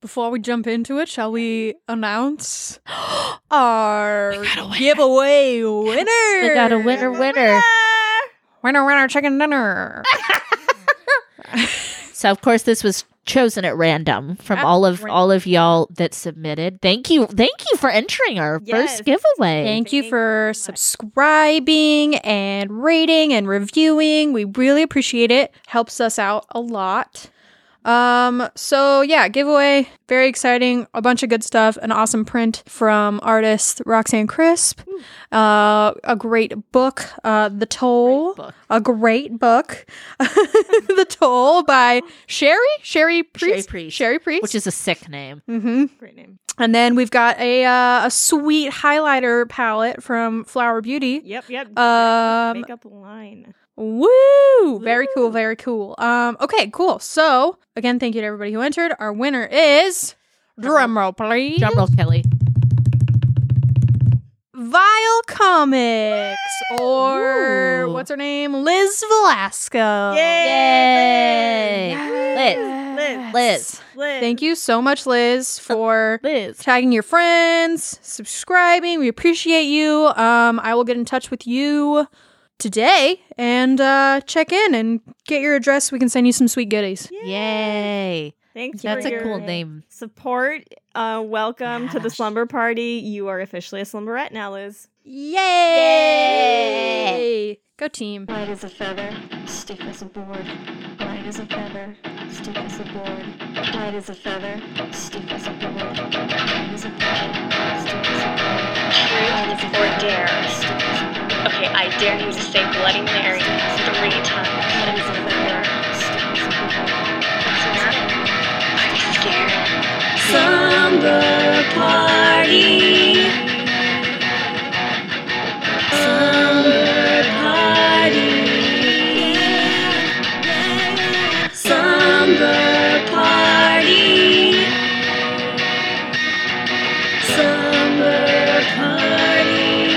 Before we jump into it, shall we announce our We got a winner. giveaway winner? We got a Oh winner, winner. Winner, winner, chicken dinner. So of course this was chosen at random from At all of ran- all of y'all that submitted. Thank you. Thank you for entering our Yes. first giveaway. Thank Thank you you for subscribing and rating and reviewing. We really appreciate it. Helps us out a lot. Um so yeah, giveaway, very exciting, a bunch of good stuff, an awesome print from artist Roxanne Crisp. Uh a great book, uh The Toll. book. A great book. the Toll by Sherry Sherry Sherry Priest. Priest. Sherry Priest. Which is a sick name. mm-hmm. Great name. And then we've got a uh, a sweet highlighter palette from Flower Beauty. Yep, yep. Um, makeup line. woo! Very cool, very cool. Um, okay, cool. So again, thank you to everybody who entered. Our winner is drumroll, please. Drumroll Kelly. Vile Comics, or Ooh. what's her name, Liz Velasco. uh, Yay! Liz. Liz. Liz. Thank you so much, Liz, for Liz. tagging your friends, subscribing. We appreciate you. Um, I will get in touch with you today and uh, check in and get your address. We can send you some sweet goodies. Yay. Thanks That's for a your cool name. Support. Uh, welcome to the Yes. slumber party. You are officially a slumberette now, Liz. Yay! Go team. Light as a feather, stiff as a board. Light as a feather, stiff as a board. Light as a feather, stiff as a board. Light as a feather, stiff as a board. Truth or dare? Okay, I dare you to say Bloody Mary three times. Light as a feather, stiff as a board. I'm scared.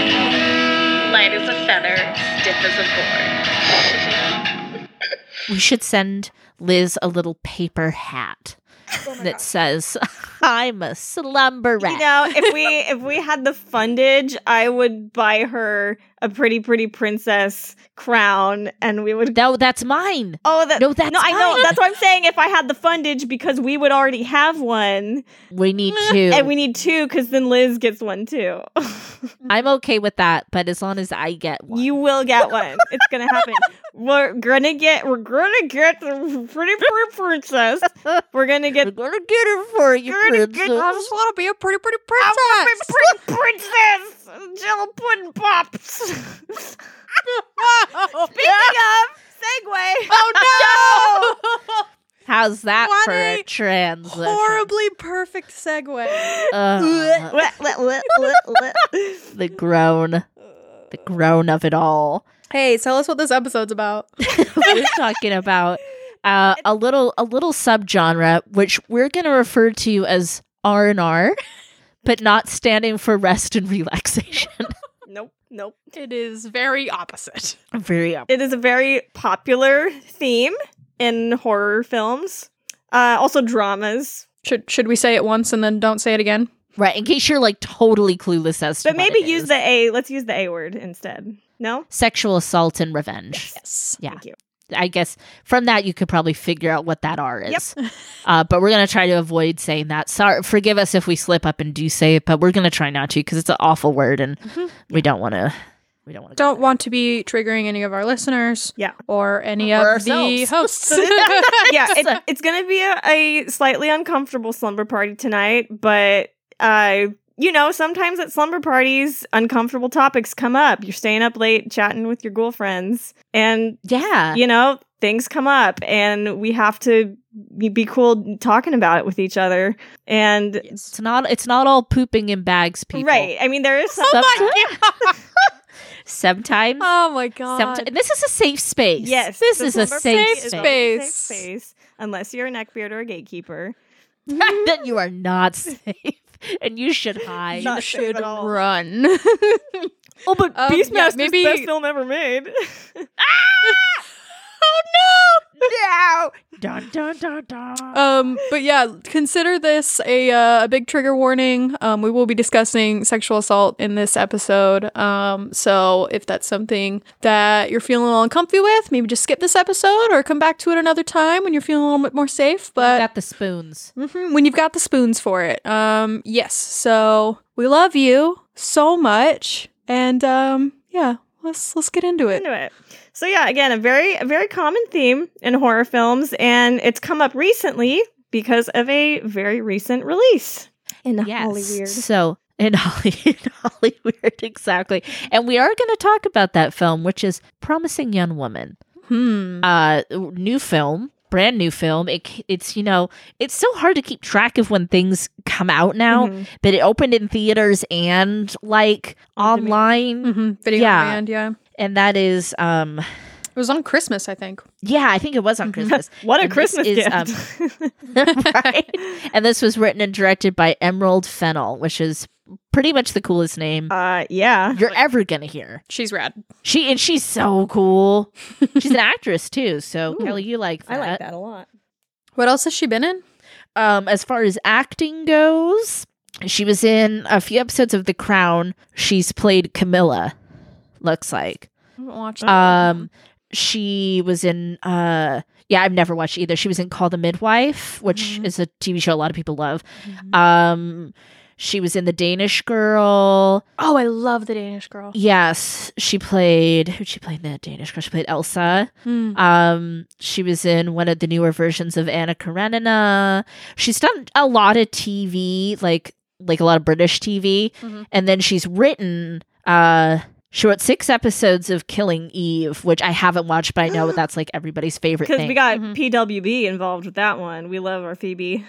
Light as a feather, stiff as a board. We should send Liz a little paper hat that says, I'm a slumber rat. Oh You know, if we if we had the fundage, I would buy her a pretty pretty princess crown, and we would. no, that's mine. oh, that No, that's no, I know. mine. That's what I'm saying. If I had the fundage, because we would already have one, We need to. and we need two, because then Liz gets one too. I'm okay with that, but as long as I get one. You will get one. It's gonna happen. we're gonna get. We're gonna get the pretty pretty princess. We're gonna We're get gonna get it for you, Gonna get- I princess. just want to be a pretty, pretty princess. pretty princess Jello Pudding Pops. Speaking of segue, oh no! How's that What for a a transition? Horribly perfect segue. Ugh, the groan, the groan of it all. Hey, tell us what this episode's about. we're talking about uh, a little a little subgenre which we're going to refer to as R and R, but not standing for rest and relaxation. nope, nope. It is very opposite. Very up. It is a very popular theme in horror films, uh, also dramas. Should should we say it once and then don't say it again? right. In case you're like totally clueless as to But what maybe it use is. the A. Let's use the A word instead. No. sexual assault and revenge. Yes. Yeah. Thank you. I guess from that you could probably figure out what that R is. uh, but we're gonna try to avoid saying that. Sorry, forgive us if we slip up and do say it, but we're gonna try not to because it's an awful word and Mhm. we don't want to. We don't want to. don't want to be triggering any of our listeners Yeah. or any Or of the ourselves. hosts. yeah, it, it's gonna be a, a slightly uncomfortable slumber party tonight, but uh, you know, sometimes at slumber parties, uncomfortable topics come up. You're staying up late chatting with your ghoul friends, and Yeah. you know, things come up, and we have to be- be cool talking about it with each other. And It's not. It's not all pooping in bags, people. right, I mean, there is some. Sometimes, sometimes, oh my god. someti- and this is a safe space. Yes, this the is a slumber safe party is space. always a space. safe space, unless you're a neckbeard or a gatekeeper. then you are not safe, and you should hide. Not you safe should at all. run. Oh, but Um, yeah, Beastmaster's maybe- best film ever made. Oh no! now. Dun dun dun dun. Um, but yeah, consider this a uh, a big trigger warning. Um, we will be discussing sexual assault in this episode. Um, so if that's something that you're feeling all uncomfy with, maybe just skip this episode or come back to it another time when you're feeling a little bit more safe. But got the spoons. Mhm, when you've got the spoons for it, um, yes. So we love you so much, and um, yeah, let's let's get into it. into it. So yeah, again, a very a very common theme in horror films, and it's come up recently because of a very recent release in Hollywood. So in Holly, in Hollywood, exactly. And we are going to talk about that film, which is Promising Young Woman. Hmm. Uh, new film, brand new film. It, c- it's you know, it's so hard to keep track of when things come out now. Mhm. Mm-hmm. But it opened in theaters and like On demand. online, hmm Video Yeah. yeah. band, yeah. and that is um, It was on Christmas, I think. yeah, I think it was on Mhm. Christmas. What a And this Christmas is, gift! right? And this was written and directed by Emerald Fennel, which is pretty much the coolest name uh, yeah, you're ever gonna hear. She's rad. She and she's so cool. She's an actress too. So Ooh, Kelly, you like that. I like that a lot. What else has she been in? Um, as far as acting goes, she was in a few episodes of The Crown. She's played Camilla. Looks like. I haven't watched. Um, she was in. Uh, yeah, I've never watched either. She was in Call the Midwife, which Mhm. is a TV show a lot of people love. Um, she was in The Danish Girl. oh, I love the Danish Girl. Yes, she played. Who she played in The Danish Girl? She played Elsa. Hmm. Um, she was in one of the newer versions of Anna Karenina. She's done a lot of TV, like like a lot of British TV, Mhm. and then she's written. Uh, she wrote six episodes of Killing Eve, which I haven't watched, but I know that's like everybody's favorite Because thing. we got Mhm. PWB involved with that one. We love our Phoebe.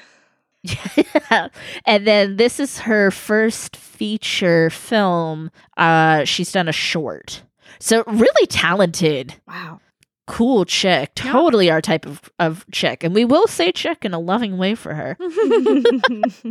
Yeah. And then this is her first feature film. Uh, she's done a short. So really talented, Wow. cool chick. Yeah. Totally our type of, of chick. And we will say chick in a loving way for her. Mm-hmm. oh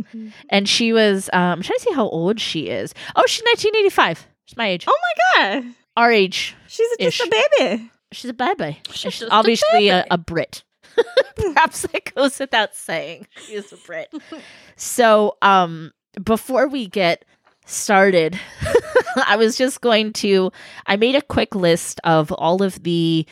And she was um I'm trying to see how old she is. Oh, she's 1985. She's my age. my god, Our age. she's just Ish. a baby. She's a baby. And She's She's, just a obviously uh, a, a Brit. Perhaps that goes without saying. She is a Brit. so, um, before we get started, I was just going to. I made a quick list of all of the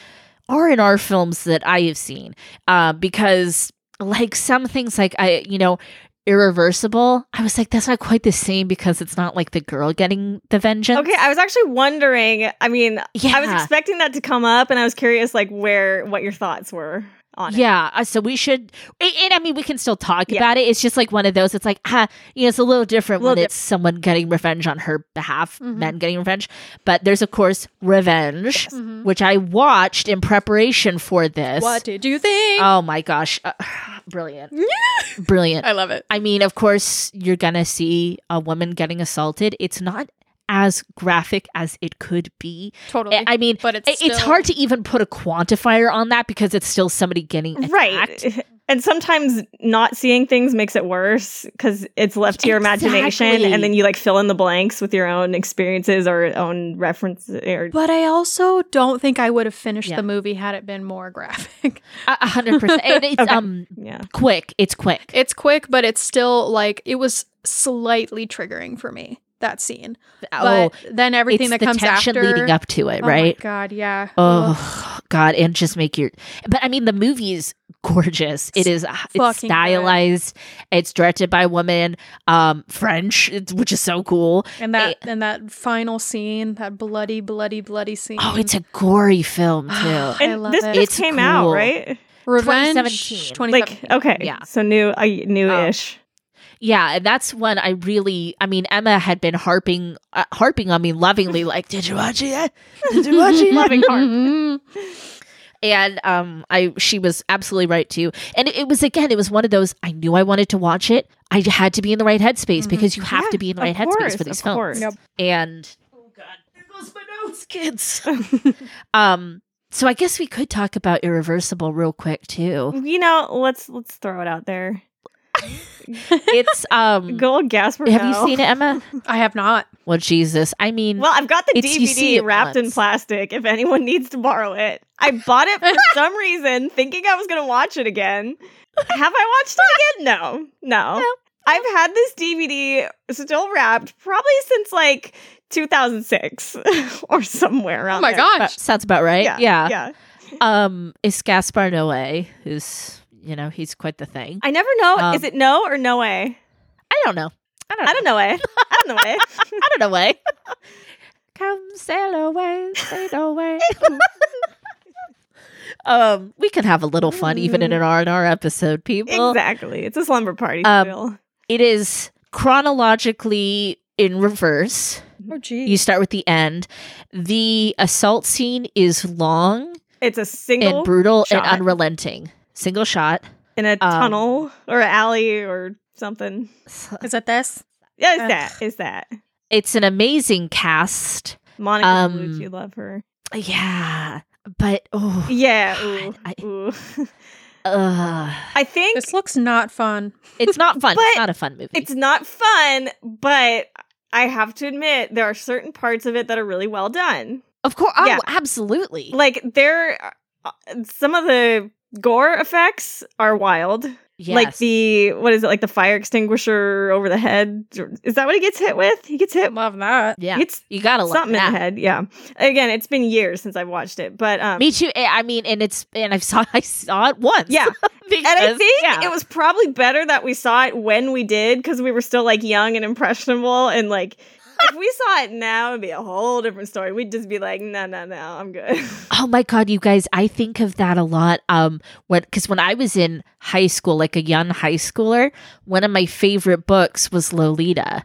R and R films that I have seen, uh, because like some things, like I, you know. Irreversible. I was like, that's not quite the same because it's not like the girl getting the vengeance. Okay, I was actually wondering. I mean, yeah, I was expecting that to come up, and I was curious, like, where what your thoughts were on it. Yeah, uh, so we should, and, and I mean, we can still talk Yeah. about it. It's just like one of those. It's like, ah, you know, it's a little different Little Mm-hmm. when dif- it's someone getting revenge on her behalf, Mhm. men getting revenge. But there's of course revenge, Mm-hmm. Mhm. which I watched in preparation for this. What did you think? Oh my gosh, uh, brilliant, brilliant. I love it. I mean, of course, you're gonna see a woman getting assaulted. It's not as graphic as it could be. Totally. I I mean, but it's it- it's still- hard to even put a quantifier on that because it's still somebody getting attacked. Right. And sometimes not seeing things makes it worse because it's left to your imagination, Exactly. and then you like fill in the blanks with your own experiences or own references. Or But I also don't think I would have finished Yeah. the movie had it been more graphic. A a hundred percent. And It's Okay. um yeah, quick. It's quick. it's quick, but it's still like it was slightly triggering for me that scene. oh, But then everything it's that the comes tension after, leading up to it, Oh my right? God, yeah. Ugh. Oh God, and just make your. But I mean, the movie is gorgeous. It is. uh, It's fucking good. stylized. It's directed by a woman. Um, French, it's- which is so cool. and that and that final scene, that bloody, bloody, bloody scene. Oh, it's a gory film too. I and love this it. just It's came out cool. right. revenge. 2017. 2017. Like okay, Yeah. So new, uh, new-ish. Yeah, and that's when I really. I mean, Emma had been harping, uh, harping on me lovingly, like, "Did you watch it? yet? Did you watch it?" Loving harp. Mhm. and um i she was absolutely right too and it was again it was one of those i knew i wanted to watch it i had to be in the right headspace Mhm. because you have Mm-hmm. Yeah, to be in the of right course, headspace for these of films course. Yep. and oh god there goes my nose kids um so i guess we could talk about irreversible real quick too You know, let's let's throw it out there. it's um Go old Gasper. Mm. have you seen it emma I have not. Well, Jesus. I mean, Well, I've got the Mm. It's- you see DVD it wrapped in once. plastic if anyone needs to borrow it. I bought it for some reason thinking I was going to watch it again. Have I watched it again? No. No. No. I've had this DVD still wrapped probably since like 2006 or somewhere around Oh my there. gosh. that uh, sounds about right. Yeah, Yeah. Yeah. Um, is Gaspar Noé, who's, you know, he's quite the thing. I, I never know. Um, Is it no or no way? don't know. I don't know. I don't know way. I don't know way. I don't know way. Come sail away, sail away. um, we can have a little fun even Mm. in an R and R episode, people. exactly. It's a slumber party Um, still. It is chronologically in reverse. Oh, You geez. start with the end. The assault scene is long It's a single and brutal shot. and unrelenting. Single shot. in a um, tunnel or alley or something. Is that this? Yeah, is Uh, that is that It's an amazing cast. Monica um, Bellucci? Love her. Yeah, but oh, Yeah. Ooh, God, I- ooh. uh, I think This looks not fun. it's not fun. But it's not a fun movie. it's oh, not fun, but I have to admit there are certain parts of it that are really well done. of course. Oh, yeah. absolutely. Like there, are- uh, some of the gore effects are wild. yes. Like the what is it? Like the fire extinguisher over the head. Is that what he gets hit with? He gets hit. Love that. yeah. He gets You gotta love something that. in the head. Yeah. Again, it's been years since I've watched it, but um, Me too. eh, I I mean, and it's and I saw I saw it once. yeah. because, And I think yeah. it was probably better that we saw it when we did because we were still like young and impressionable. And like, if we saw it now, it'd be a whole different story. We'd just be like, no, no, no, I'm good. Oh my god, you guys! I think of that a lot. Um, when because when I was in high school, like a young high schooler, one of my favorite books was Lolita,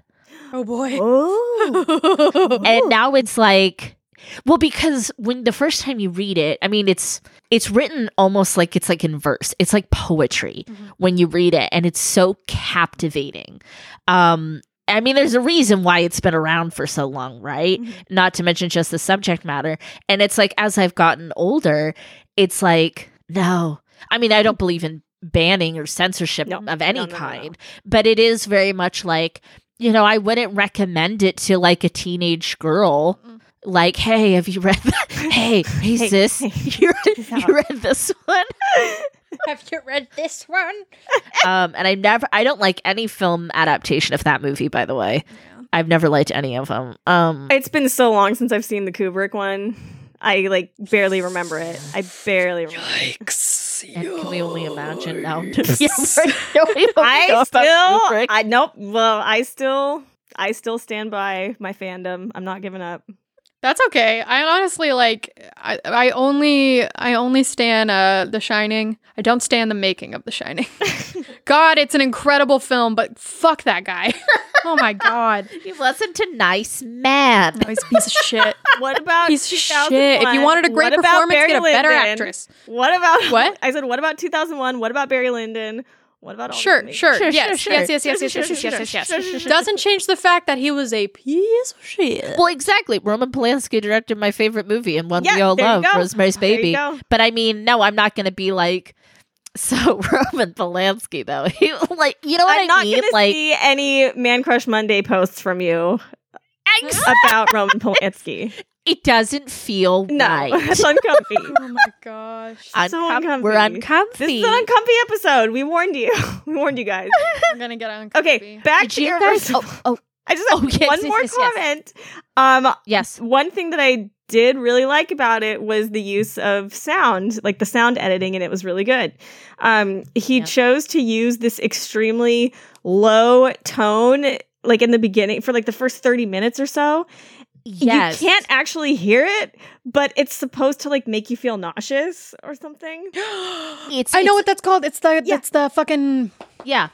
Oh boy. Oh, and now it's like, well, because when the first time you read it, I mean, it's it's written almost like it's like in verse. It's like poetry Mhm. when you read it, and it's so captivating. Um, I mean, there's a reason why it's been around for so long, right? Mhm. Not to mention just the subject matter. And it's like, as I've gotten older, it's like, no. I mean, I don't believe in banning or censorship No. of any No, no, no, no. kind, but it is very much like, you know, I wouldn't recommend it to like a teenage girl. Mm. Like, hey, have you read that? Hey, hey, Hey, sis, hey, you, check this out." you read this one? Have you read this one? um, and I never, I don't like any film adaptation of that movie. By the way, Yeah. I've never liked any of them. Um, It's been so long since I've seen the Kubrick one. I like barely remember it. I barely remember. Oh and can we only imagine now? yeah, Yikes. right. No, we don't know I about still, Kubrick. I nope. Well, I still, I still stand by my fandom. I'm not giving up. That's okay. I honestly like I, I only I only stand uh The Shining. I don't stand the making of The Shining. god, it's an incredible film, but fuck that guy. oh my god. he wasn't a nice man. No, he's a piece of shit. What about Piece of shit. If you 2001? wanted a great What about performance, Barry get a better Lyndon? actress. What about What? I said, what about 2001? What about Barry Lyndon? What about all Sure, the- sure, Sure, yes, sure, yes, sure. yes, yes, yes, Sure, yes, yes, sure, yes, yes, sure, yes. sure. Doesn't change the fact that he was a piece of shit. Well, exactly. Roman Polanski directed my favorite movie and one we Yeah, all there you love, go. Rosemary's There you Baby. go. But I mean, no, I'm not going to be like so Roman Polanski though. He, like, you know what I'm I not mean? gonna Like, see any Man Crush Monday posts from you ex- about Roman Polanski. it doesn't feel No, right. that's uncomfy. Oh my gosh. Uncom- so uncomfy. We're This uncomfy. is an uncomfy episode. We warned you. We warned you guys. I'm gonna get on. Okay, back Did to you your guys? original- Oh, oh, I just have oh, yes, one yes, more yes, yes. comment. Um, yes. one thing that I did really like about it was the use of sound, like the sound editing, and it was really good. Um, he Yeah. chose to use this extremely low tone, like in the beginning for like the first 30 minutes or so. Yes. You can't actually hear it, but it's supposed to like make you feel nauseous or something. It's, I know it's- what that's called. It's the Yeah. it's the fucking Yeah.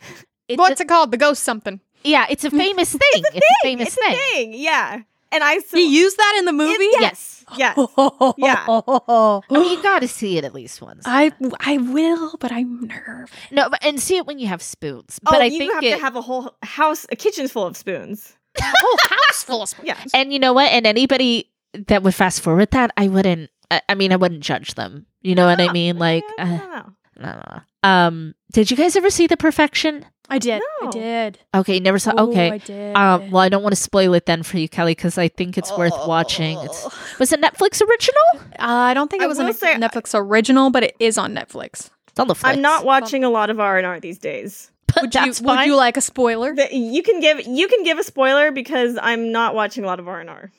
It's what's a, it called? The ghost something. yeah, it's a famous thing. It's a, famous It's thing. a thing. Yeah. And I so, he used that in the movie. Yes. yes. Yeah. I mean, you got to see it at least once. I I will, but I'm nervous. no, but, and see it when you have spoons. But oh, I you think have it, to have a whole house, a kitchen full of spoons. Whole house full of sp- Yeah. And you know what? And anybody that would fast forward that, I wouldn't. I, I mean, I wouldn't judge them. You know what I mean? Like, I uh, don't know. no, no, no. Um, did you guys ever see The Perfection? I did. I No. did. Okay, never saw. Ooh, okay. I did. Um, well, I don't want to spoil it then for you, Kelly, because I think it's worth watching. It's, Oh. was it Netflix original? Uh, I don't think I it was a will Nef- say- Netflix original, but it is on Netflix. It's on the flick. I'm not watching a lot of R and R these days. But Would you that's would fine. you like a spoiler? The- you can give you can give a spoiler because I'm not watching a lot of R and R.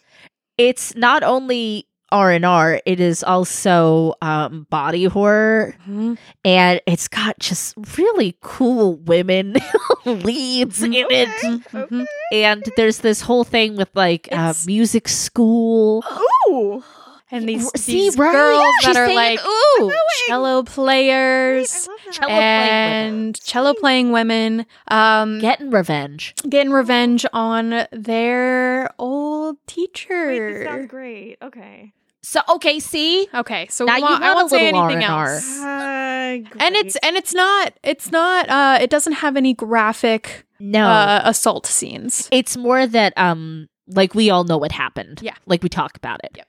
it's not only R and R, it is also um, body horror, Mhm. and it's got just really cool women leads in it. Okay. Mhm. And there's this whole thing with like uh, It's- music school. Ooh, And these, See, these right? girls that Yeah, she's are saying, like ooh, cello players Cello playing women. and cello playing women um, getting revenge. getting revenge on their old Wait, this teacher. sounds great. Okay, So okay, see, okay, so Now we you won't- I want a won't say little anything R&R. else. Uh, And it's and it's not it's not uh it doesn't have any graphic no, uh assault scenes. it's more that um, like we all know what happened. Yeah. like we talk about it. Yep.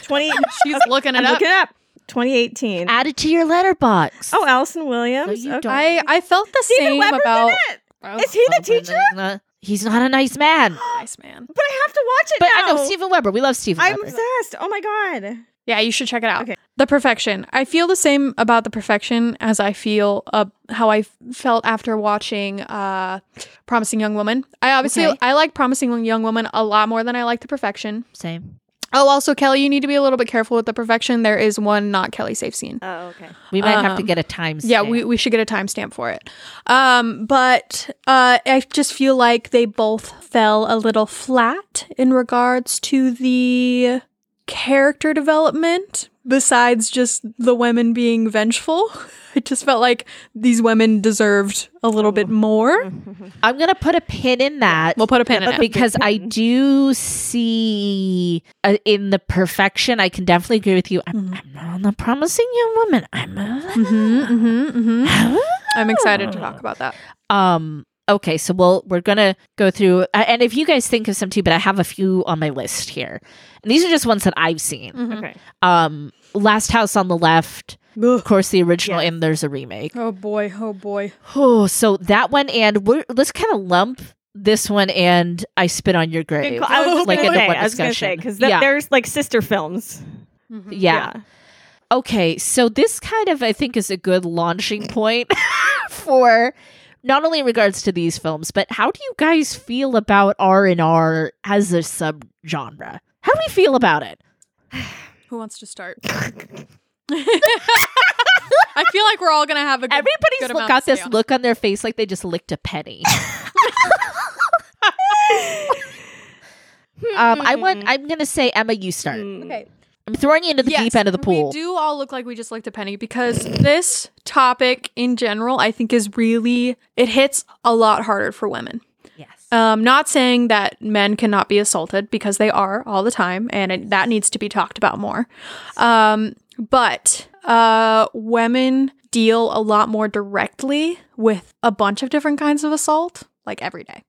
twenty. She's looking it I'm up. looking it up. 2018. Add it to your letterbox. Oh, Allison Williams. you Okay. don't- I I felt the Stephen same Weber's in about it! Oh, Is he the teacher? He's not a nice man. nice man. But I have to watch it But now. I know Stephen Weber. We love Stephen I'm Weber. obsessed. Oh my god. Yeah, you should check it out. Okay. The Perfection. I feel the same about The Perfection as I feel uh, how I felt after watching uh, Promising Young Woman. I obviously Okay. I like Promising Young Woman a lot more than I like The Perfection. Same. Oh, also Kelly, you need to be a little bit careful with The Perfection. There is one not Kelly safe scene. Oh okay. We might have to Um, get a time. Yeah, we, we should get a timestamp for it. Um, but uh, I just feel like they both fell a little flat in regards to the character development, besides just the women being vengeful. It just felt like these women deserved a little bit more. Oh, I'm gonna put a pin in that We'll put a pin in it. because I do see uh, in the perfection. I can definitely agree with you. I'm, Mm-hmm. I'm not on the promising young woman. I'm. hmm A- hmm hmm I'm excited to talk about that. Um. Okay, so we'll we're gonna go through, uh, and if you guys think of some too, but I have a few on my list here, and these are just ones that I've seen. Mm-hmm. Okay. Um, Last House on the Left, of course, the original, Yes. and there's a remake. Oh boy! Oh boy! Oh, so that one and we're, let's kind of lump this one and I spit on your Good grave. call. I was just Like gonna in the say, one I was gonna discussion. say because Yeah. there's like sister films. Yeah. Okay, so this kind of I think is a good launching point for not only in regards to these films, but how do you guys feel about R and R as a subgenre? How do we feel about it? Who wants to start? I feel like we're all gonna have a good, good Everybody's amount got to say this on look on their face like they just licked a penny. um, I want. I'm gonna say Emma, you start. Okay. I'm throwing you into the Hmm. Yes, deep end of the pool. We do all look like we just licked a penny because this topic in general, I think, is really it hits a lot harder for women. Yes. Um, not saying that men cannot be assaulted because they are all the time, and it, that needs to be talked about more. Um, but uh, women deal a lot more directly with a bunch of different kinds of assault, like every day.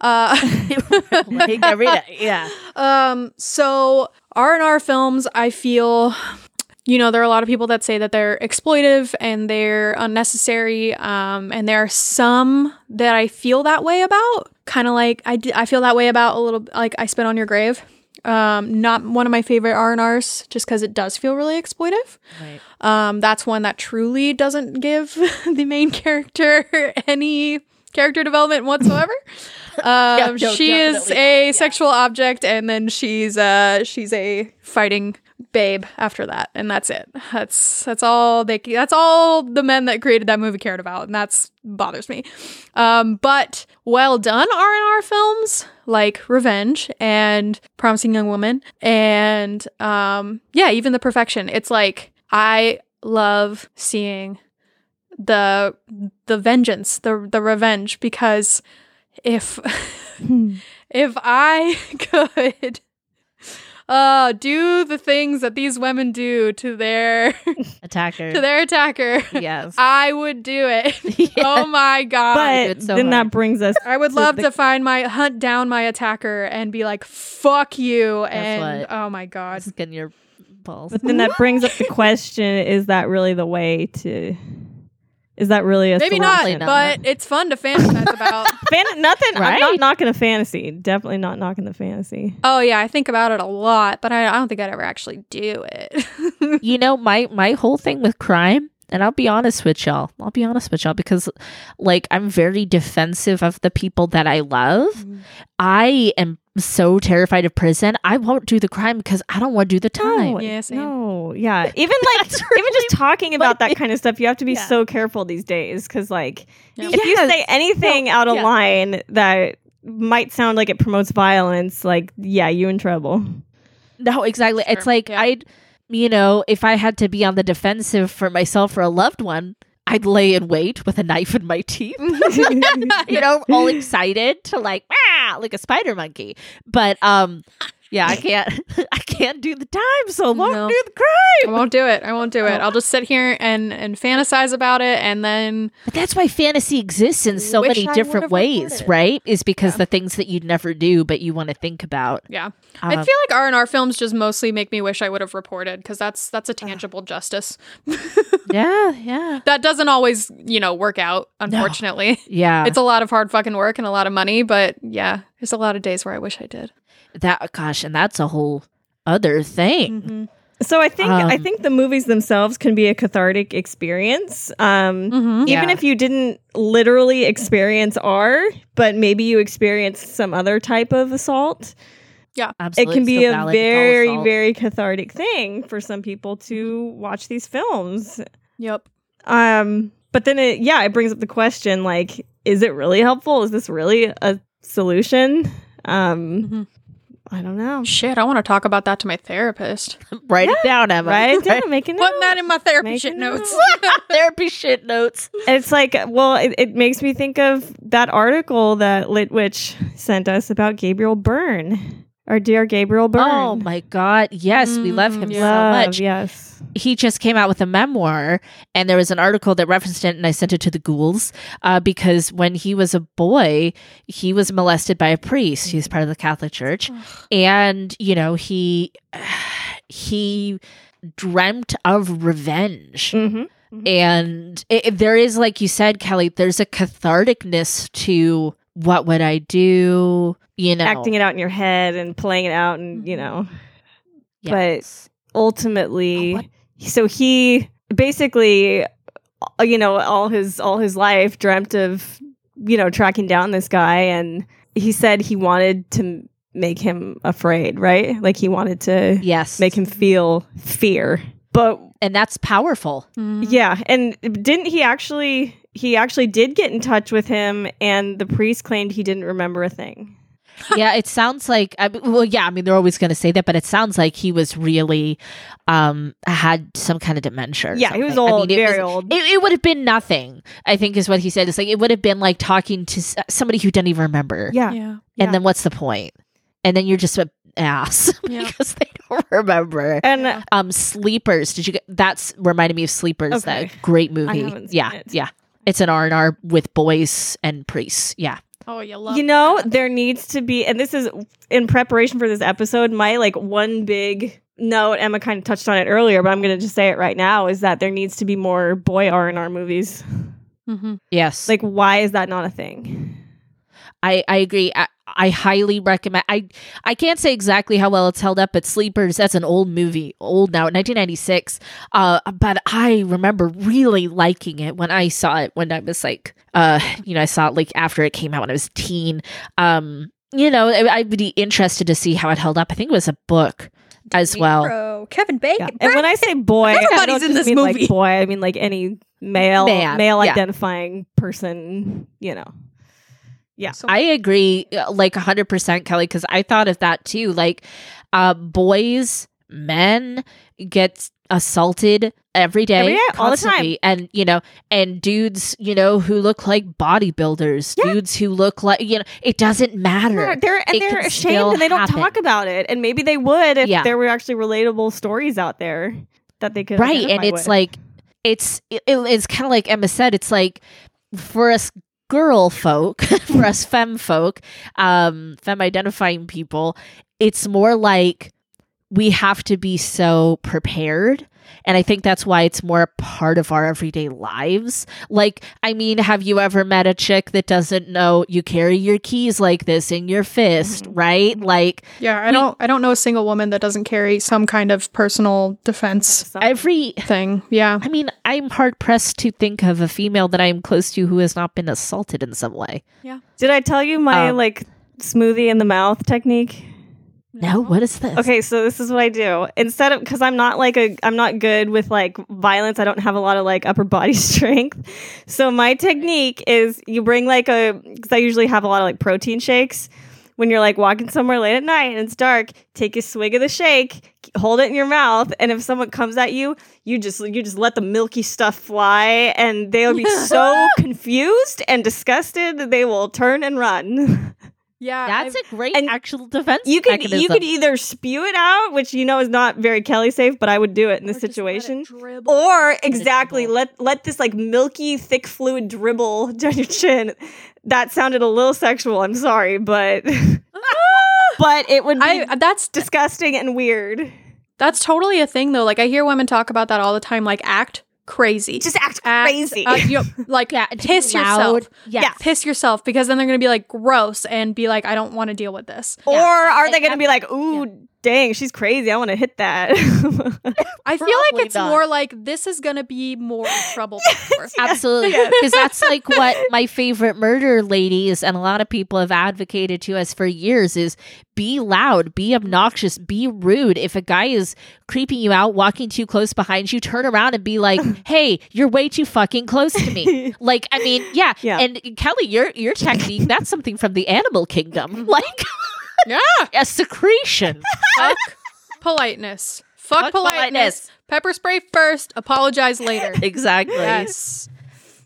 Uh, like every day. Yeah. Um, so R and R films, I feel, you know, there are a lot of people that say that they're exploitive and they're unnecessary. Um, and there are some that I feel that way about. Kind of like I, d- I feel that way about a little like I spit on your grave. Um, not one of my favorite R and R's, just because it does feel really exploitive. Right. Um, that's one that truly doesn't give the main character any character development whatsoever. Um, no, she is definitely a sexual object, and then she's uh, she's a fighting babe after that, and that's it. That's that's all they. That's all the men that created that movie cared about, and that's bothers me. Um, but well done R and R films like Revenge and Promising Young Woman, and um, yeah, even The Perfection. It's like I love seeing the the vengeance, the the revenge, because if if I could uh do the things that these women do to their to Attacker. their attacker, yes. I would do it. Yeah. Oh my god. But it so then hard. that brings us. I would to love the- to find my hunt down my attacker and be like, "Fuck you!" and what- oh my god, Skin your balls. But then that brings up the question: Is that really the way to Is that really a Maybe solution? not, but it's fun to fantasize about. Fan- nothing. I'm Right? not knocking a fantasy. Definitely not knocking the fantasy. Oh yeah, I think about it a lot, but I, I don't think I'd ever actually do it. you know my my whole thing with crime and i'll be honest with y'all i'll be honest with y'all because like i'm very defensive of the people that i love i am so terrified of prison i won't do the crime because i don't want to do the time No, Yeah, same. no, yeah. Even like, That's even just talking about that kind of stuff, you have to be Yeah. so careful these days because, like, Yeah. if you Yes. say anything out of yeah. line that might sound like it promotes violence, like, yeah, you in trouble. no exactly Sure. it's like Yeah. i'd you know if i had to be on the defensive for myself or a loved one i'd lay in wait with a knife in my teeth you know, all excited to like ah, like a spider monkey. But um yeah, I can't I can't do the time, so I won't No. do the crime. I won't do it. I won't do it. I'll just sit here and and fantasize about it, and then But that's why fantasy exists in so Wish many I different would've ways, recorded. right? Is because Yeah. the things that you'd never do but you want to think about. yeah, Um, Uh-huh. I feel like R and R films just mostly make me wish I would have reported because that's that's Uh-huh. a tangible justice yeah, yeah. that doesn't always you know work out. Unfortunately, Yeah. it's a lot of hard fucking work and a lot of money, but yeah, there's a lot of days where I wish I did. that gosh, and that's a whole other thing. Mm-hmm. So I think I Um, think the movies themselves can be a cathartic experience. Um, Mm-hmm. Even Yeah. if you didn't literally experience R, but maybe you experienced some other type of assault, Absolutely. it can be so a valid, it's all very, assault. very cathartic thing for some people to watch these films. Yep. Um, but then it, yeah, it brings up the question like, is it really helpful? Is this really a solution? Um, Mhm. I don't know. Shit, I want to talk about that to my therapist. write it down, Emma. Right? It didn't make a Putting note. that in my therapy Make shit it notes. Therapy shit notes. It's like, well, it, it makes me think of that article that Litwitch sent us about Gabriel Byrne, our dear Gabriel Byrne. Oh my god. Yes, we love him Mm, so Love, much. Yes. he just came out with a memoir and there was an article that referenced it and i sent it to the ghouls uh, because when he was a boy he was molested by a priest he was part of the catholic church and you know he he dreamt of revenge Mm-hmm. and it, it- there is, like you said, Kelly, there's a catharticness to what would I do? You know, Acting it out in your head and playing it out, and you know, Yes. ultimately Oh, what? so he basically uh, you know all his all his life dreamt of you know tracking down this guy and he said he wanted to m- make him afraid right like he wanted to yes, make him feel fear but and that's powerful. Mm-hmm. yeah and didn't he actually he actually did get in touch with him and the priest claimed he didn't remember a thing yeah, it sounds like I mean, well, yeah, I mean they're always going to say that, but it sounds like he was really um had some kind of dementia. or yeah he was something. I old mean, it very was- old It, it would have been nothing, I think, is what he said. It's like it would have been like talking to s- somebody who didn't even remember. yeah Yeah. yeah. And then what's the point? And then you're just an ass Yeah. because they don't remember. and Yeah. Um, Sleepers. Did you get? That's reminded me of Sleepers. Okay. That great movie. haven't seen yeah, it. yeah. It's an R and R with boys and priests. Yeah. Oh, you love. you know there needs to be and this is in preparation for this episode my like one big note emma kind of touched on it earlier but i'm going to just say it right now is that there needs to be more boy r&r movies Mm-hmm. Yes. like why is that not a thing I, I agree. I, I highly recommend. I I can't say exactly how well it's held up, but Sleepers. That's an old movie, old now, 1996. Uh, but I remember really liking it when I saw it when I was like, uh, you know, I saw it like after it came out when I was a teen. Um, you know, I, I'd be interested to see how it held up. I think it was a book as well. Bro, Kevin Bacon. yeah. and when i say boy I don't Everybody's in just this mean, movie. like boy i mean like any male Man, male yeah. identifying person you know I agree, uh, like 100 percent, Kelly, because I thought of that too. Like, uh, boys, men get assaulted every day, Every day, all the time. constantly, and you know, and dudes, you know, who look like bodybuilders, Yeah. dudes who look like you know, it doesn't matter. they're, they're- and It they're can ashamed still and they don't happen. talk about it and maybe they would if Yeah. there were actually relatable stories out there that they could right and identify it's with. like it's it, it's kind of like emma said it's like for us girl folk for us femme folk um femme identifying people it's more like we have to be so prepared And I think that's why it's more a part of our everyday lives. Like, I mean, have you ever met a chick that doesn't know you carry your keys like this in your fist, right? Like, Yeah, I don't I don't know a single woman that doesn't carry some kind of personal defense every thing. Yeah. I mean, I'm hard pressed to think of a female that I am close to who has not been assaulted in some way. Did I tell you my Um, like smoothie in the mouth technique? No, what is this? Okay, so this is what I do. Instead of cuz I'm not like a I'm not good with like violence. I don't have a lot of like upper body strength. So my technique is you bring like a cuz I usually have a lot of like protein shakes. When you're like walking somewhere late at night and it's dark, take a swig of the shake, hold it in your mouth, and if someone comes at you, you just you just let the milky stuff fly and they'll be so confused and disgusted that they will turn and run. Yeah. That's a great and actual defense You could e, mechanism. you could either spew it out, which you know is not very Kelly safe, but I would do it in this situation. Or exactly dribble. let let this like milky thick fluid dribble down your chin. That sounded a little sexual. I'm sorry, but Oh. but it would be I that's disgusting and weird. that's totally a thing though. Like I hear women talk about that all the time like act crazy. Just act, Act, crazy. uh, you know, like yeah, and piss be yourself. Yes. Yeah. Piss yourself because then they're going to be like gross and be like I don't want to deal with this. or are they like, going to be like, ooh, dang, she's crazy. I want to hit that. I feel like Probably it's not. more like this is going to be more trouble than worth. Absolutely. Because that's like what my favorite murder ladies and a lot of people have advocated to us for years is be loud, be obnoxious, be rude. If a guy is creeping you out, walking too close behind you, turn around and be like, hey, you're way too fucking close to me. like, I mean, yeah. Yeah. And Kelly, your your technique, that's something from the animal kingdom. Like Yeah. a secretion. Fuck politeness. Fuck, Fuck politeness. politeness. Pepper spray first, apologize later. Exactly. yes.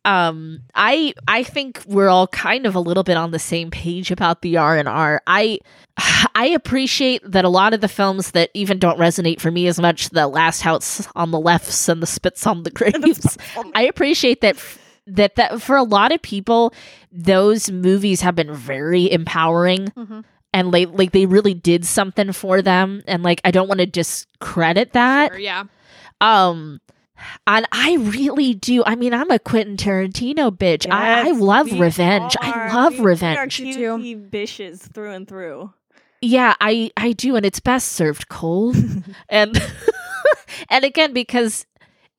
um i i think we're all kind of a little bit on the same page about the r&r i i appreciate that a lot of the films that even don't resonate for me as much the last house on the lefts and the spits on the graves i appreciate that f- that that for a lot of people those movies have been very empowering Mhm. and like like they really did something for them and like i don't want to discredit that Or, yeah. um and I really do. I mean, I'm a Quentin Tarantino bitch. I, I Yes, love we revenge. I are. love We- revenge. We You are do. cutie bitches through and through. Yeah, I I do, and it's best served cold. and and again, because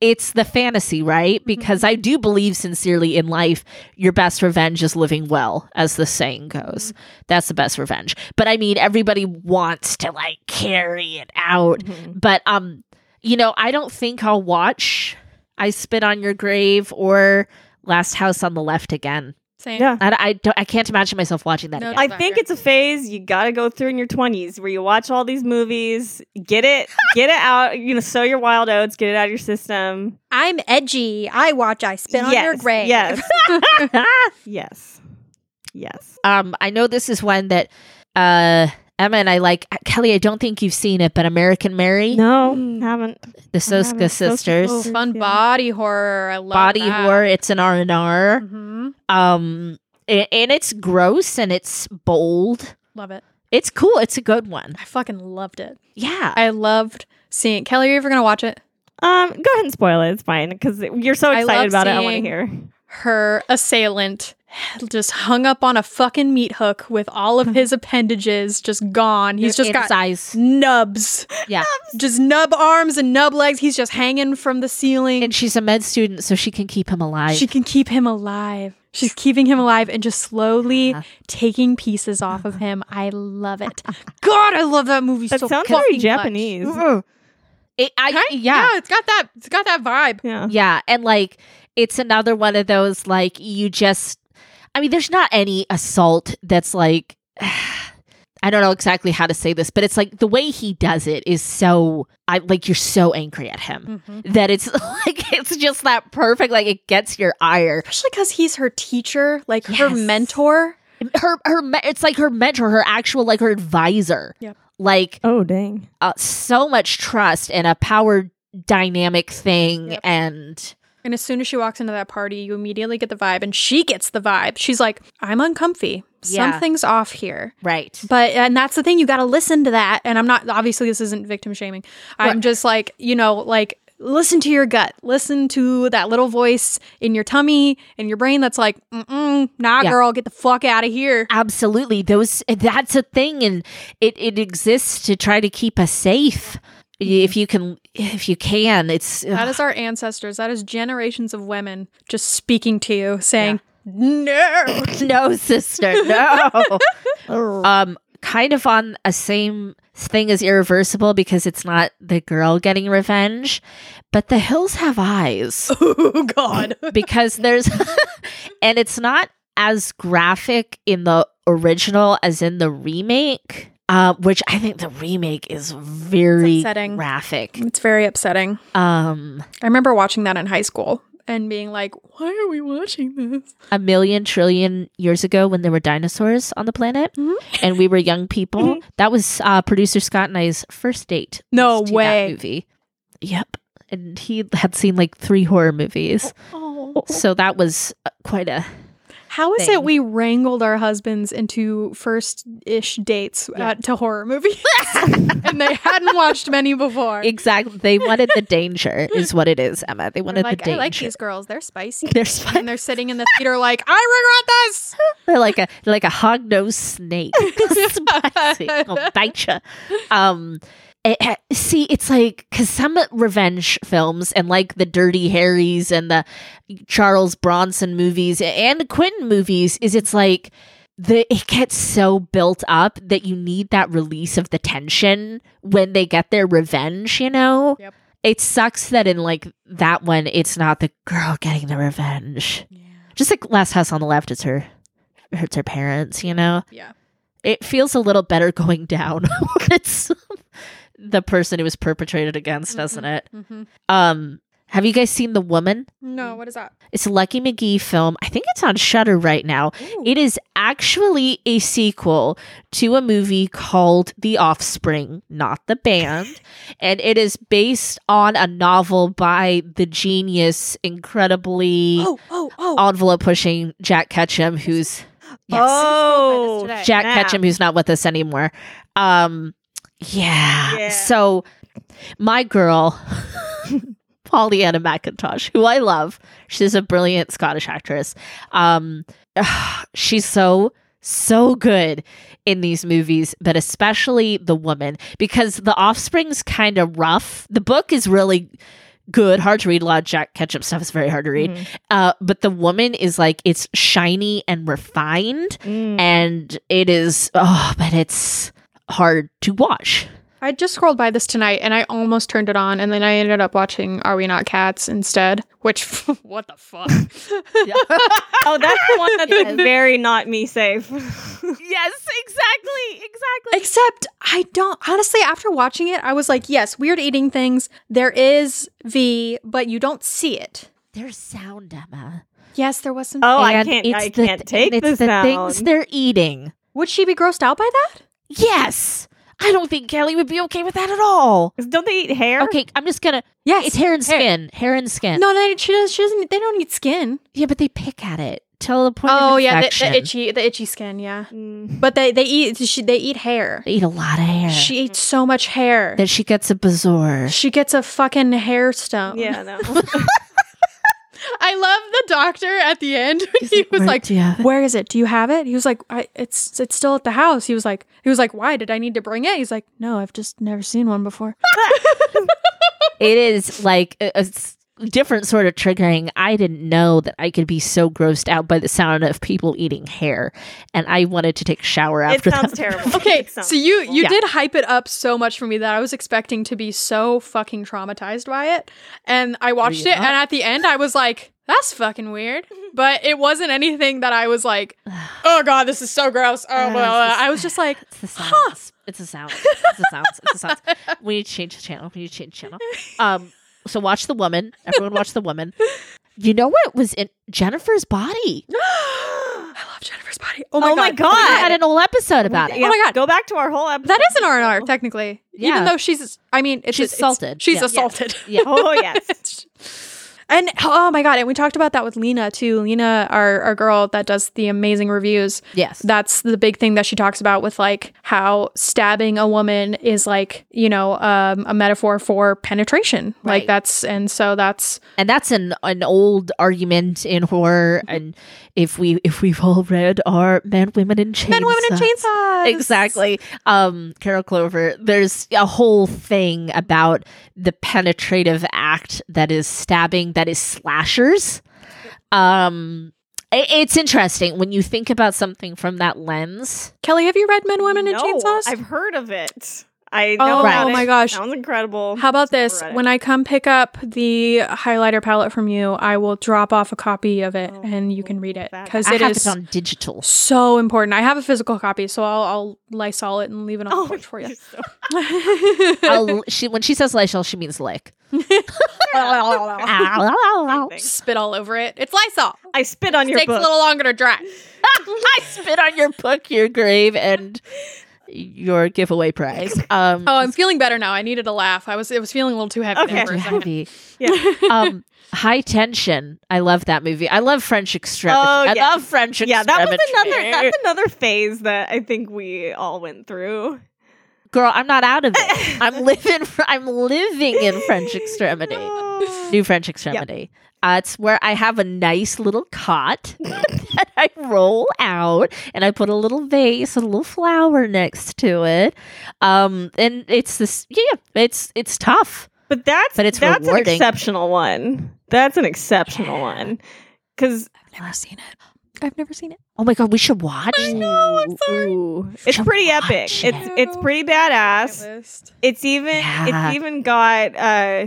it's the fantasy, right? Because Mm-hmm. I do believe sincerely in life, your best revenge is living well, as the saying goes. Mm-hmm. That's the best revenge. But I mean, everybody wants to like carry it out. but um you know i don't think i'll watch i spit on your grave or last house on the left again Same. Yeah. i, I don't i can't imagine myself watching that No, again I Black think Mirror. it's a phase you got to go through in your 20s where you watch all these movies, get it, get it out, you know, sow your wild oats, get it out of your system. I'm edgy. I watch I spit on your Yes, grave. Yes. yes. Yes. um i know this is one that uh Emma and I like Uh, Kelly. I don't think you've seen it, but American Mary, No, haven't. the I haven't. Soska Soska- sisters, oh, Fun Yeah. body horror. I love body that. horror. It's an R and R, hmm um, a- and it's gross and it's bold. Love it. It's cool. It's a good one. I fucking loved it. Yeah, I loved seeing it. Kelly, are you ever going to watch it? Um, go ahead and spoil it. It's fine because you're so I excited love about it. I want to seeing- hear. Her assailant just hung up on a fucking meat hook with all of his appendages just gone. He's just In got Um, his eyes. nubs. Yeah, just nub arms and nub legs. He's just hanging from the ceiling. and she's a med student, so she can keep him alive. she can keep him alive. She's keeping him alive and just slowly taking pieces off Uh-huh. of him. I love it. God, I love that movie That so sounds fucking very much. Japanese. It- I, Right? yeah, it's got that. It's got that vibe. Yeah. yeah, and like it's another one of those like you just. I mean, there's not any assault that's like. I don't know exactly how to say this, but it's like the way he does it is so. I like you're so angry at him Mm-hmm. that it's like it's just that perfect. Like it gets your ire. Especially because he's her teacher, like her Yes. mentor. Her her me- it's like her mentor, her actual like her advisor. Yep. Like Oh, dang. uh, so much trust and a power dynamic thing Yep. and And as soon as she walks into that party, you immediately get the vibe, and she gets the vibe. She's like, "I'm uncomfy. Yeah. Something's off here." right But and that's the thing you got to listen to that. And I'm not obviously this isn't victim shaming. I'm Right. just like you know like listen to your gut. Listen to that little voice in your tummy and your brain that's like, Mm-mm, nah, Yeah. Ah. girl, get the fuck out of here. Absolutely. Those that's a thing and it, it exists to try to keep us safe. If you can if you can, it's That is our ancestors. That is generations of women just speaking to you, saying, no. no sister Oh. no um kind of on a same thing as irreversible because it's not the girl getting revenge but the hills have eyes oh, God. because there's and it's not as graphic in the original as in the remake uh, which i think the remake is very upsetting. graphic It's very upsetting. um I remember watching that in high school and being like, why are we watching this? a million trillion years ago when there were dinosaurs on the planet Mhm. and we were young people. That was uh, producer Scott and I's first date. Mm-hmm. No was to that way. movie. Yep. And he had seen like three horror movies. Oh. So that was uh, quite a. How is thing. it we wrangled our husbands into first ish dates Yeah. at, to horror movies and they hadn't watched many before? Exactly. They wanted the danger, is what it is, Emma. They We're wanted like, the danger. I like these girls. They're spicy. They're, sp- and they're sitting in the theater like, I regret this. they're like a like a hog nosed snake. Spicy. Oh. Gonna bite ya. Um, it- it- see, it's like because some revenge films and like the Dirty Harrys and the Charles Bronson movies and Quentin movies is it's like the it gets so built up that you need that release of the tension when they get their revenge. You know. Yep. It sucks that in like that one, it's not the girl getting the revenge. Just like Last House on the Left, it's her, it's her parents. You know Yeah. it feels a little better going down when it's the person who was perpetrated against, doesn't it? hmm Um, have you guys seen The Woman? No, what is that? It's a Lucky McGee film. I think it's on Shutter right now. It is actually a sequel to a movie called The Offspring, not the band, and it is based on a novel by the genius, incredibly Oh, oh, oh. envelope pushing Jack Ketchum, who's yes. Oh, Jack Now. Ketchum, who's not with us anymore. Um, yeah. Yeah. So, my girl, Pollyanna McIntosh, who I love, she's a brilliant Scottish actress. Um, she's so so good in these movies, but especially the woman because the offspring's kind of rough. The book is really good, hard to read. A lot of Jack Ketchum stuff is very hard to read. Mhm. Uh, but the woman is like it's shiny and refined Mm. and it is oh but it's hard to watch I just scrolled by this tonight and I almost turned it on and then I ended up watching Are We Not Cats instead, which what the fuck? Oh, that's the one that's Yes. very not me safe. yes exactly exactly Except I don't honestly after watching it I was like, yes, weird eating things, there is V, but you don't see it. there's sound emma Yes, there was some Oh, I And can't. it's I the- can't take and it's this the now. things they're eating Would she be grossed out by that? yes i don't think kelly would be okay with that at all Don't they eat hair? okay i'm just gonna Yes. it's hair and Hair. skin hair and skin No, they, she does she doesn't they don't eat skin. yeah but they pick at it till the point Oh, of infection. the itchy skin, yeah. Mm. But they they eat she, they eat hair. they eat a lot of hair She eats so much hair. then she gets a bazaar She gets a fucking hair stone. Yeah, no. I love the doctor at the end. he was like, "Where is it? Do you have it?" He was like, I, "It's it's still at the house." He was like, "He was like, why did I need to bring it?" He's like, "No, I've just never seen one before." it is like a, a s- different sort of triggering. I didn't know that I could be so grossed out by the sound of people eating hair, and I wanted to take a shower it after sounds that. terrible. Okay, It sounds so you terrible. you Yeah. did hype it up so much for me that I was expecting to be so fucking traumatized by it, and I watched you it, not? and at the end, I was like, "That's fucking weird," but it wasn't anything that I was like, "Oh god, this is so gross." Oh, Uh, blah, blah, blah." I was just like, It's the sounds. It's the sounds. It's the sounds. It's the sounds. We need to change the channel. We need to change the channel. Um. So watch the woman. Everyone watch the woman. You know what was in Jennifer's body? "I love Jennifer's body." Oh my Oh god. my We had god. an whole episode about it. Yeah, Oh my God. Go back to our whole episode. That is an R and R technically. Yeah. Even though she's, I mean, it's She's it's- assaulted. She's Yeah. assaulted. Yeah. Oh yes. And oh my god, and we talked about that with Lena too. Lena, our our girl that does the amazing reviews. Yes. That's the big thing that she talks about with like how stabbing a woman is like, you know, um, a metaphor for penetration. Right. Like that's and so that's and that's an an old argument in horror and if we if we've all read our men women uh, in chains men, women, and chainsaws. exactly um carol clover there's a whole thing about the penetrative act that is stabbing that is slashers um i- it's interesting when you think about something from that lens Kelly, have you read Men, Women, and No, Chainsaws? I've heard of it. I Oh, know about my it. gosh. Sounds incredible. How about this? Reddit. When I come pick up the highlighter palette from you, I will drop off a copy of it Oh, and you can read it that- because i it have is it on digital so important. I have a physical copy, so I'll, I'll Lysol it and leave it on the porch for you. Oh, you're so- I'll- she, when she says Lysol, she means lick. Thanks. I Spit all over it. It's Lysol. I spit on It your takes book. a little longer to dry. spit on your book, your grave, and your giveaway prize. Um, Oh, I'm feeling better now. I needed a laugh. I was it was feeling a little too heavy Okay. there for too a second. heavy. Yeah. um, high tension. I love that movie. I love French extremity. Oh, I yeah. love French yeah, that was another Extremity. that's another phase that I think we all went through. girl. I'm not out of it. I'm living. fr- I'm living in French extremity. Oh. New French extremity. Uh, it's where I have a nice little cot that I roll out and I put a little vase, a little flower next to it. Um, and it's this, yeah, it's it's tough. But that's But it's that's rewarding. an exceptional one. That's an exceptional one. Cause I've never seen it. I've never seen it. Oh my god, we should watch. I'm sorry. it's Should pretty watch epic. it. It's it's pretty badass. It's even Yeah. it's even got uh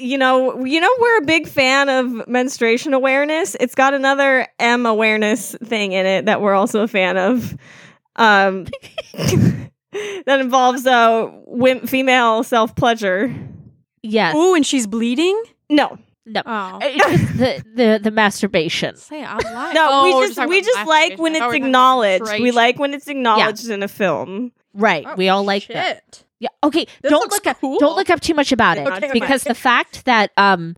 you know you know we're a big fan of menstruation awareness. It's got another M awareness thing in it that we're also a fan of. Um that involves uh wim- female self-pleasure. Yes. Ooh, and she's bleeding. No. No. Oh, It's just the, the the masturbation. say I'm lying. Eh. No, Oh, we're we just talking we about just like masturbation. when I thought it's we were talking about acknowledged. We menstruation. like when it's acknowledged in a film. Right. Oh, we all like shit. that. Yeah. Okay. This don't looks look up. cool. Don't look up too much about it Okay, okay. because the fact that um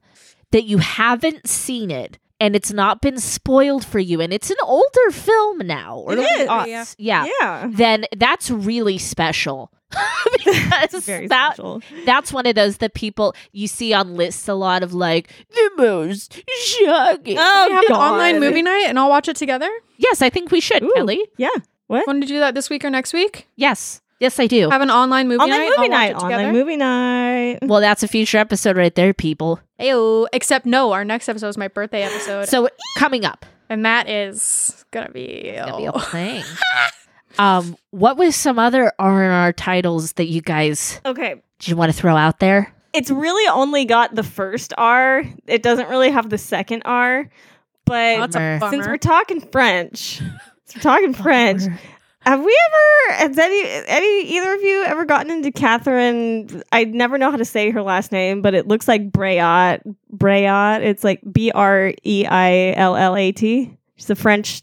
that you haven't seen it and it's not been spoiled for you and it's an older film now or It the is, aughts, yeah. yeah, Yeah. Then that's really special because Very that special. that's one of those that people you see on lists a lot of like the most shocking. Oh, We have an God. online movie night, and I'll watch it together. yes, I think we should, Ooh. Kelly. Yeah. What? Want to do that this week or next week? Yes, yes, I do. Have an online movie Online night. movie I'll watch night. it together. Online movie night. well, that's a future episode right there, people. Ayo. Except no, our next episode is my birthday episode, So coming up. and that is gonna be. gonna be a thing. um, what was some other R and R titles that you guys Okay. did you want to throw out there? it's really only got the first R. It doesn't really have the second R. But That's a Bummer. bummer. since we're talking French, since we're talking French, Or- have we ever has any any either of you ever gotten into Catherine? I never know how to say her last name, but it looks like Brayot. Brayot. It's like B R E I L L A T. She's a French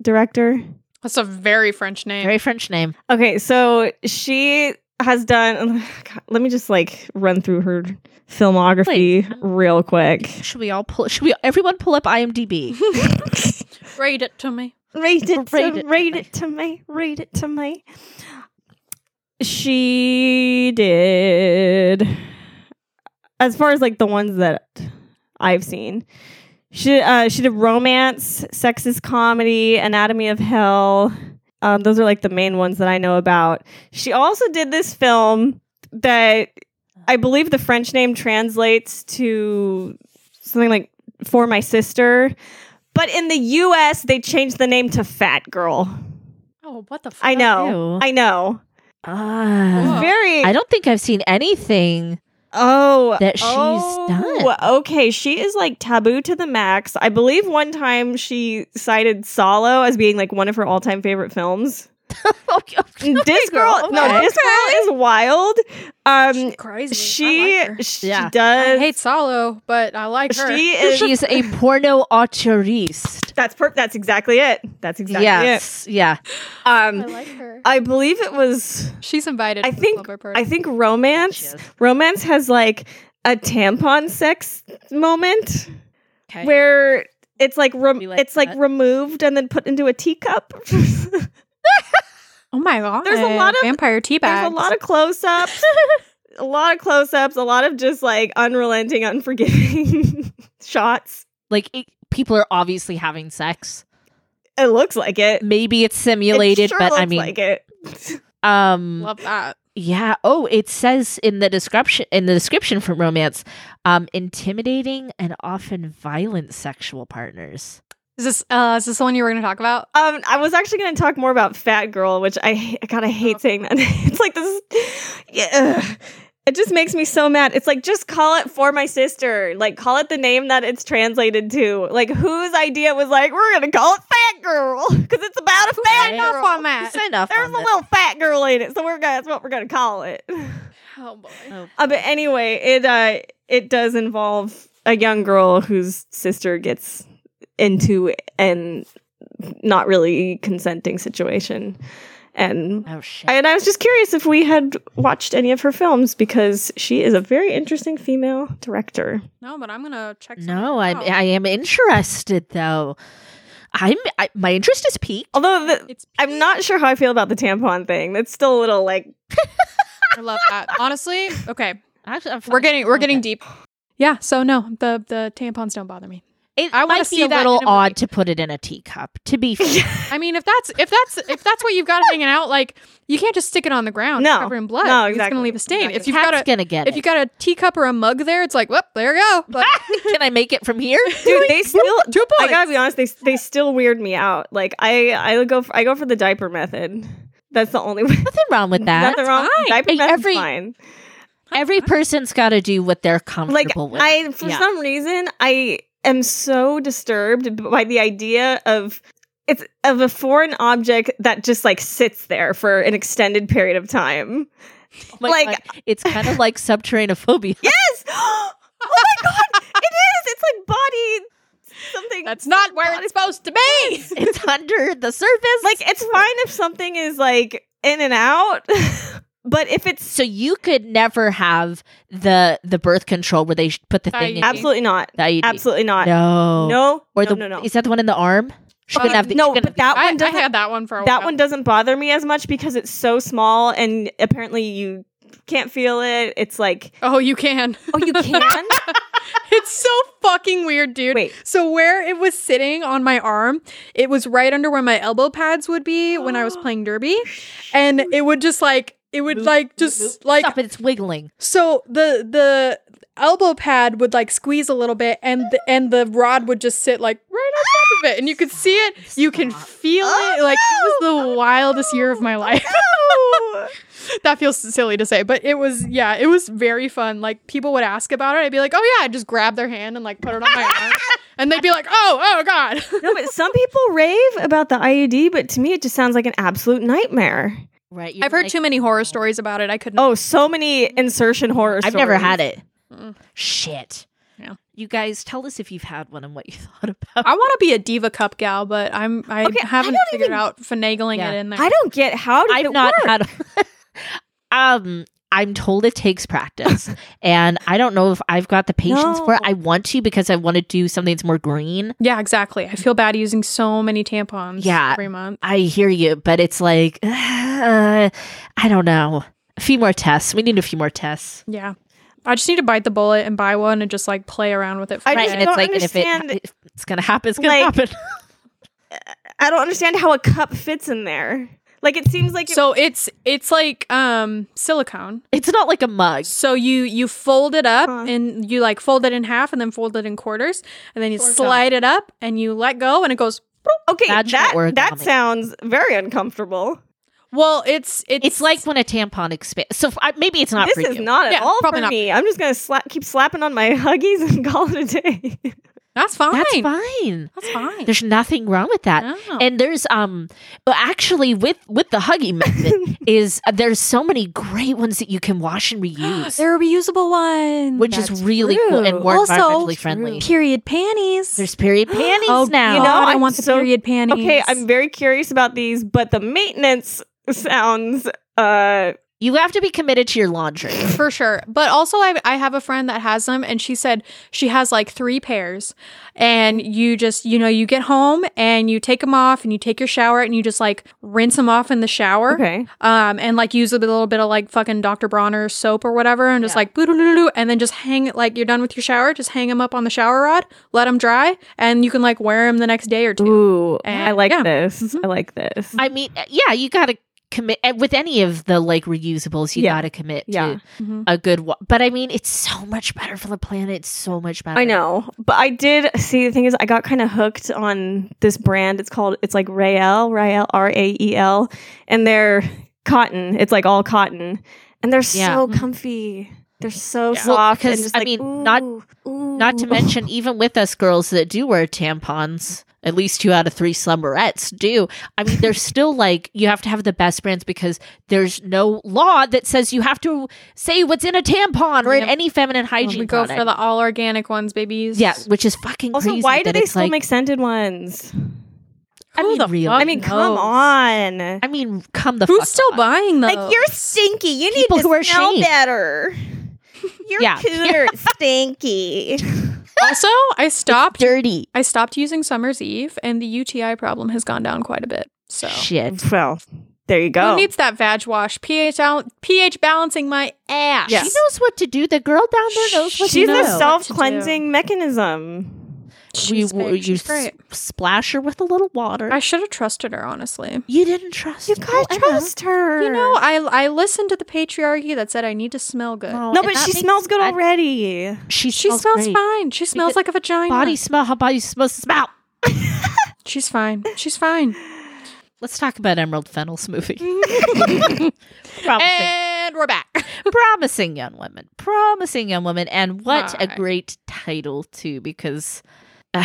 director. That's a very French name. Very French name. Okay, so she has done. God, let me just like run through her filmography Please. real quick. Should we all pull? Should we everyone pull up IMDb? Read it to me. Read Read it, read, it it, to read me. it to me, read it to me. She did, as far as like the ones that I've seen, she uh, she did romance, sexist comedy, Anatomy of Hell. Um, those are like the main ones that I know about. She also did this film that I believe the French name translates to something like "For My Sister." But in the US, they changed the name to Fat Girl. Oh, what the? Fuck? I know. Ew. I know. Ah, Oh. Very. I don't think I've seen anything. oh. that she's oh, done. Okay. She is like taboo to the max. I believe one time she cited Solo as being like one of her all time favorite films. Okay, okay, And this girl, no, okay. this girl is wild. Um, She's crazy. she I, like her. she Yeah. I does. hate Solo, but I like her. she is. she's a porno auteurist. that's per- That's exactly it. That's exactly yes, yeah. it. Um, like her. I believe it was. She's invited. I to the think- slumber party. I think romance. Romance has like a tampon sex moment Okay. where it's like, rem- We like it's like that. removed and then put into a teacup. There's Oh my god. There's a lot of- vampire tea a bags. lot of close ups, a lot of close ups, a lot of just like unrelenting, unforgiving shots. like it, people are obviously having sex. It looks like it. Maybe it's It simulated, sure but I looks mean, like it. um, Mm. Love that. yeah. Oh, it says in the description in the description from romance, um, intimidating and often violent sexual partners. Is this uh is this the one you were gonna talk about? Um, I was actually going to talk more about Fat Girl, which I God, I hate saying that. It's like this. Yeah, ugh. it just makes me so mad. It's like just call it for my sister. Like call it the name that it's translated to. Like whose idea was like we're going to call it Fat Girl because it's about a fat Right. girl. on that. Sign off Uh, There's on a this. little fat girl in it, so we're gonna, that's what we're going to call it. Oh boy. Uh, but anyway, it uh, it does involve a young girl whose sister gets into an not really consenting situation, and Oh shit! and I was just curious if we had watched any of her films because she is a very interesting female director. No, but I'm gonna check. no, I'm I am interested though. I'm I, my interest is peaked. Although the, It's I'm not sure how I feel about the tampon thing. That's still a little like I love that. Honestly, okay. Actually, I'm We're fine. getting we're Okay. getting deep. Yeah, so no, the the tampons don't bother me. It I wanna might be see a that little in a movie. odd to put it in a teacup. To be fair. I mean, if that's if that's if that's what you've got hanging out, like you can't just stick it on the ground No. covered in blood. No, It's exactly. gonna leave a stain. If Exactly. you've got a Cat's gonna get if it. you got a teacup or a mug there, it's like, whoop, there you go. But Can I make it from here? dude. They still. two points. I gotta be honest. They they still weird me out. Like I I go for, I go for the diaper method. That's the only way. Nothing wrong with that. Nothing wrong. fine. Diaper Hey, method's every- fine. Every person's got to do what they're Like comfortable with. I, for Yeah. some reason, I am so disturbed b- by the idea of it's of a foreign object that just like sits there for an extended period of time. My like- God. it's kind of like subterraneophobia. Yes. oh my god! It is. It's like body something. that's not where it's supposed to be. It's under the surface. like it's fine if something is like in and out, but if it's so you could never have the the birth control where they sh- put the thing in IUD. absolutely not, the IUD. absolutely not. No. No. Or no, the no, no. is that the one in the arm? She couldn't Uh, have the, no, she couldn't but that I, one I doesn't. had that one for a that while. one doesn't bother me as much because it's so small and apparently you can't feel it. It's like, Oh, you can. oh, you can? it's so fucking weird, dude. Wait. So where it was sitting on my arm, it was right under where my elbow pads would be when I was playing derby, and it would just like it would like just like stop it. It's wiggling. so the the elbow pad would like squeeze a little bit, and the, and the rod would just sit like right on top of it, and you could see it, you can Stop. feel it. Like it was the wildest year of my life. No. that feels silly to say, but it was yeah, it was very fun. Like people would ask about it, I'd be like, oh yeah, I just grab their hand and like put it on my arm, and they'd be like, oh oh god. no, but some people rave about the IUD, but to me it just sounds like an absolute nightmare. Right. I've heard too many horror stories about it. I couldn't. Oh, so many insertion horror I've never stories. had it. Mm. Shit. Yeah. You guys, tell us if you've had one and what you thought about. I want to be a diva cup gal, but I'm I Okay, I haven't don't figured even- out finagling Yeah. it in there. I don't get how did I've it not work? had. um, I'm told it takes practice, and I don't know if I've got the patience for it. No. I want to because I want to do something that's more green. yeah, exactly. I feel bad using so many tampons. Yeah. every month. I hear you, but it's like uh, I don't know. A few more tests. We need a few more tests. Yeah, I just need to bite the bullet and buy one and just like play around with it. For I a just bit. and it's don't like and if understand- it if it's gonna happen, it's gonna Like- happen. I don't understand how a cup fits in there. Like it seems like it- so it's it's like um silicone. It's not like a mug. So you you fold it up Huh. and you like fold it in half and then fold it in quarters and then you Origami. slide it up and you let go and it goes. okay, That's that origami. that sounds very uncomfortable. Well, it's it's It's like when a tampon expands. So I, maybe it's not this for is you. not at Yeah, all probably for not. me. I'm just gonna sla- keep slapping on my huggies and call it a day. that's fine. That's fine. That's fine. There's nothing wrong with that. No. And there's um well, actually with with the huggy method is uh, there's so many great ones that you can wash and reuse, They're a reusable one, which is really cool and true. more Also- environmentally friendly. period panties. There's period panties oh, now. You know, I I'm want the so- period panties. Okay, I'm very curious about these, but the maintenance sounds uh You have to be committed to your laundry. For sure. But also, I, I have a friend that has them, and she said she has like three pairs. And you just, you know, you get home and you take them off and you take your shower and you just like rinse them off in the shower. Okay. Um, and like use a little bit of like fucking Dr. Bronner's soap or whatever and just like boo doo doo doo, and then just hang, like you're done with your shower, just hang them up on the shower rod, let them dry, and you can like wear them the next day or two. Ooh, And- I like yeah. this. I like this. Mm-hmm. I mean, uh, yeah, you got to commit and with any of the like reusables. You Yeah. got to commit Yeah. to Mhm. a good one. But I mean, it's so much better for the planet. It's so much better. I know, but I did see. The thing is, I got kind of hooked on this brand. It's called. It's like Rael, Rael, R A E L, and they're cotton. It's like all cotton, and they're Yeah. Mm-hmm. so comfy. They're so Well, soft. and 'cause, just I like, mean, not- ooh, ooh. Not to mention, even with us girls that do wear tampons, at least two out of three slumberettes do. I mean, there's still like you have to have the best brands because there's no law that says you have to say what's in a tampon or in Yep. any feminine hygiene. We go product. for the all organic ones, babies. yeah, which is fucking Also, crazy why do that they it's, still like- make scented ones? I Who mean, the real. fuck I mean, come knows? on. I mean, come the fuck Who's still on. buying those? Like you're stinky. You need Uh, People to who are smell ashamed. better. You're Yeah. cooter, stinky. also, I stopped dirty I stopped using Summer's Eve, and the UTI problem has gone down quite a bit. So shit. Well, there you go. who needs that vag wash? pH al- pH balancing my ass. She knows what to do. The girl down there knows what to do. She's a know what to self cleansing mechanism. We- She's w- big. you She's great. s- splash her with a little water. I should have trusted her, honestly. you didn't trust. You her. gotta Emma. trust her. You know, I I listened to the patriarchy that said I need to smell good. no, and but that she makes smells good sense. already. She she smells, smells great. fine. She smells Because- like a vagina. Body smell. How body smells to smell. She's fine. She's fine. Let's talk about Emerald Fennel's movie. promising, and we're back. promising young women. Promising young women, and what a My. great title too. Because,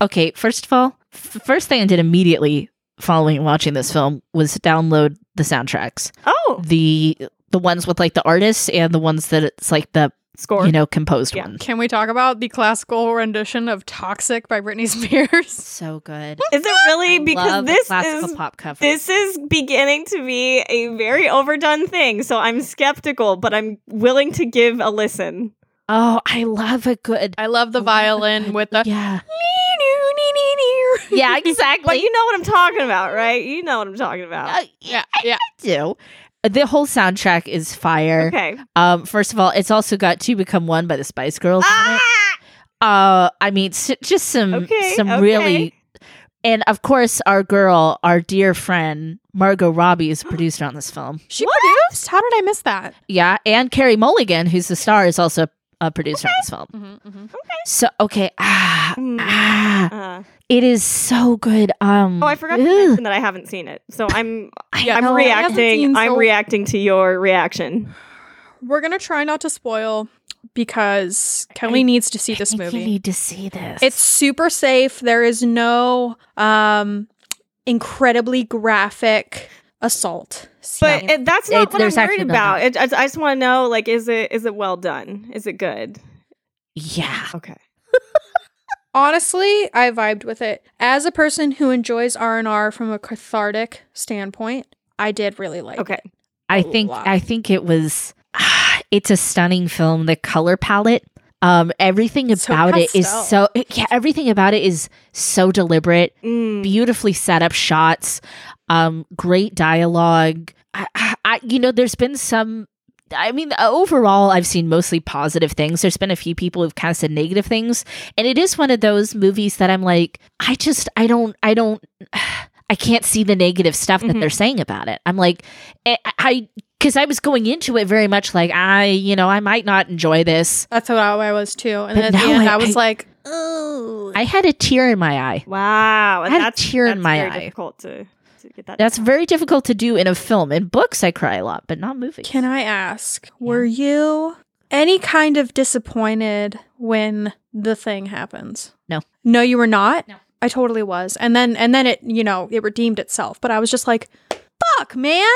okay, first of all, f- first thing I did immediately following watching this film was download the soundtracks. Oh, the the ones with like the artists and the ones that it's like the score. you know composed Yeah. one. Can we talk about the classical rendition of "Toxic" by Britney Spears? So good. Is it really? because Love this classical is pop cover. this is beginning to be a very overdone thing. So I'm skeptical, but I'm willing to give a listen. oh, I love a good. I love the Oh my violin God. with the. Yeah. Yeah. But Exactly. you know what I'm talking about, right? You know what I'm talking about. Uh, yeah. Yeah, yeah. I do. The whole soundtrack is fire. Okay. Um, first of all, it's also got "To Become One" by the Spice Girls. on Ah! it. Uh, I mean, s- just some Okay, some okay. really, and of course, our girl, our dear friend Margot Robbie is produced on this film. She produced? How did I miss that? Yeah, and Carrie Mulligan, who's the star, is also a producer on this film. Mm-hmm, So okay, ah, Hmm. ah, Uh, it is so good. Um, oh, I forgot to ugh. mention that I haven't seen it, so I'm Yeah, I'm no, I haven't reacting. seen, I'm so- reacting to your reaction. We're gonna try not to spoil because Kelly needs to see this I think You movie. need to see this. It's super safe. There is no um incredibly graphic assault. But scene. it, that's not It- what I'm there's worried actually nothing. about. It, I, I just want to know, like, is it is it well done? Is it good? yeah. Okay. honestly, I vibed with it. As a person who enjoys R and R from a cathartic standpoint, I did really like. Okay. I think lot. I think it was. ah, it's a stunning film. The color palette, um, everything So about it is pastel. so. Yeah, everything about it is so deliberate. Mm. beautifully set up shots um great dialogue I, I, I you know there's been some I mean overall I've seen mostly positive things there's been a few people who've kind of said negative things and it is one of those movies that I'm like I just I don't I don't I can't see the negative stuff that Mhm. they're saying about it I'm like eh, I- I because I was going into it very much like I you know I might not enjoy this That's how I was too. And But then at the now end, I- I, was I- like, I had a tear in my eye Wow, I had a tear in that's my very eye. Difficult to, to get that. that's very difficult to do in a film in books I cry a lot but not movies Can I ask, were you any kind of disappointed when the thing happens? No. No, you were not? No. I totally was. And then and then it, you know, it redeemed itself, but I was just like, "Fuck, man."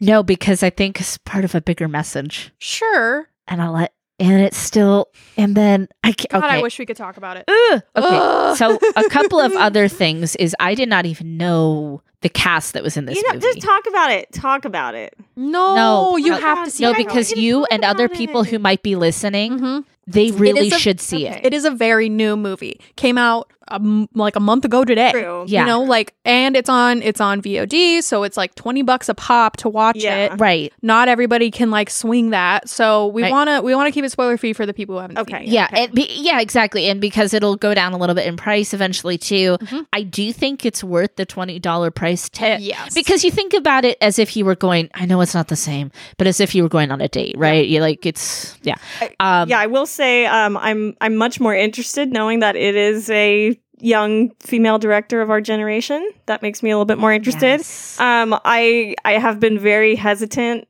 No, because I think it's part of a bigger message, Sure. and I let and it's still and then I ca- God, okay. I wish we could talk about it. Ugh. okay. Ugh. So a couple of other things is I did not even know the cast that was in this you know, movie. just talk about it. Talk about it. No, No, you no, have to no, see no, it. Guys, because Mm-hmm. we didn't you talk and other about people it. who might be listening, Mhm. they really is a- should see okay. it. It is a very new movie. Came out um, like a month ago today. True. Eh, Yeah. You know, like, and it's on it's on VOD, so it's like twenty bucks a pop to watch Yeah. it. Right. Not everybody can like swing that, so we Right. wanna we wanna keep it spoiler free for the people who haven't Okay. seen it. Yeah. okay. It be, yeah, exactly. And because it'll go down a little bit in price eventually too, Mhm. I do think it's worth the $20 price tag. Yes. Because you think about it as if you were going, I know it's not the same, but as if you were going on a date, right? You're like, it's, yeah. Um, yeah, I will say um, I'm I'm much more interested knowing that it is a young female director of our generation. That makes me a little bit more interested. yes. Um, I I have been very hesitant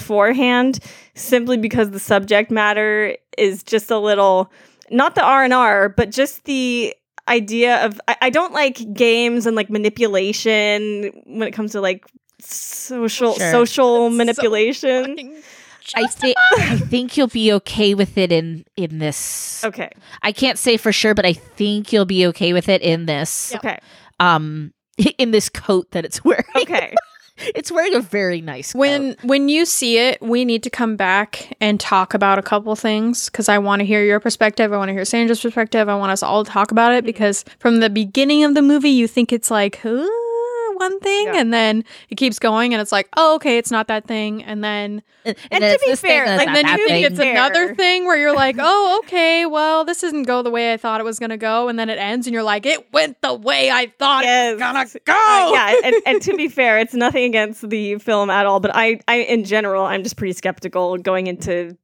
beforehand simply because the subject matter is just a little not the R and R, but just the idea of I, I don't like games and like manipulation when it comes to like social Sure. So social manipulation. Fucking- I, thi- I think you'll be okay with it in in this. okay. I can't say for sure, but I think you'll be okay with it in this. Okay. Um, in this coat that it's wearing. Okay. it's wearing a very nice coat. When when you see it, we need to come back and talk about a couple things because I want to hear your perspective. I want to hear Sandra's perspective. I want us all to talk about it because from the beginning of the movie, you think it's like "Ooh, one thing, Yeah. and then it keeps going, and it's like, oh, okay, it's not that thing, and then and, and then to it's be this thing, fair, and it's like, and then not you that think thing. it's another Fair. thing where you're like, oh, okay, well, this didn't go the way I thought it was gonna go, and then it ends, and you're like, it went the way I thought it Yes. was gonna Uh, go. yeah, and, and to be fair, it's nothing against the film at all, but I, I in general, I'm just pretty skeptical going into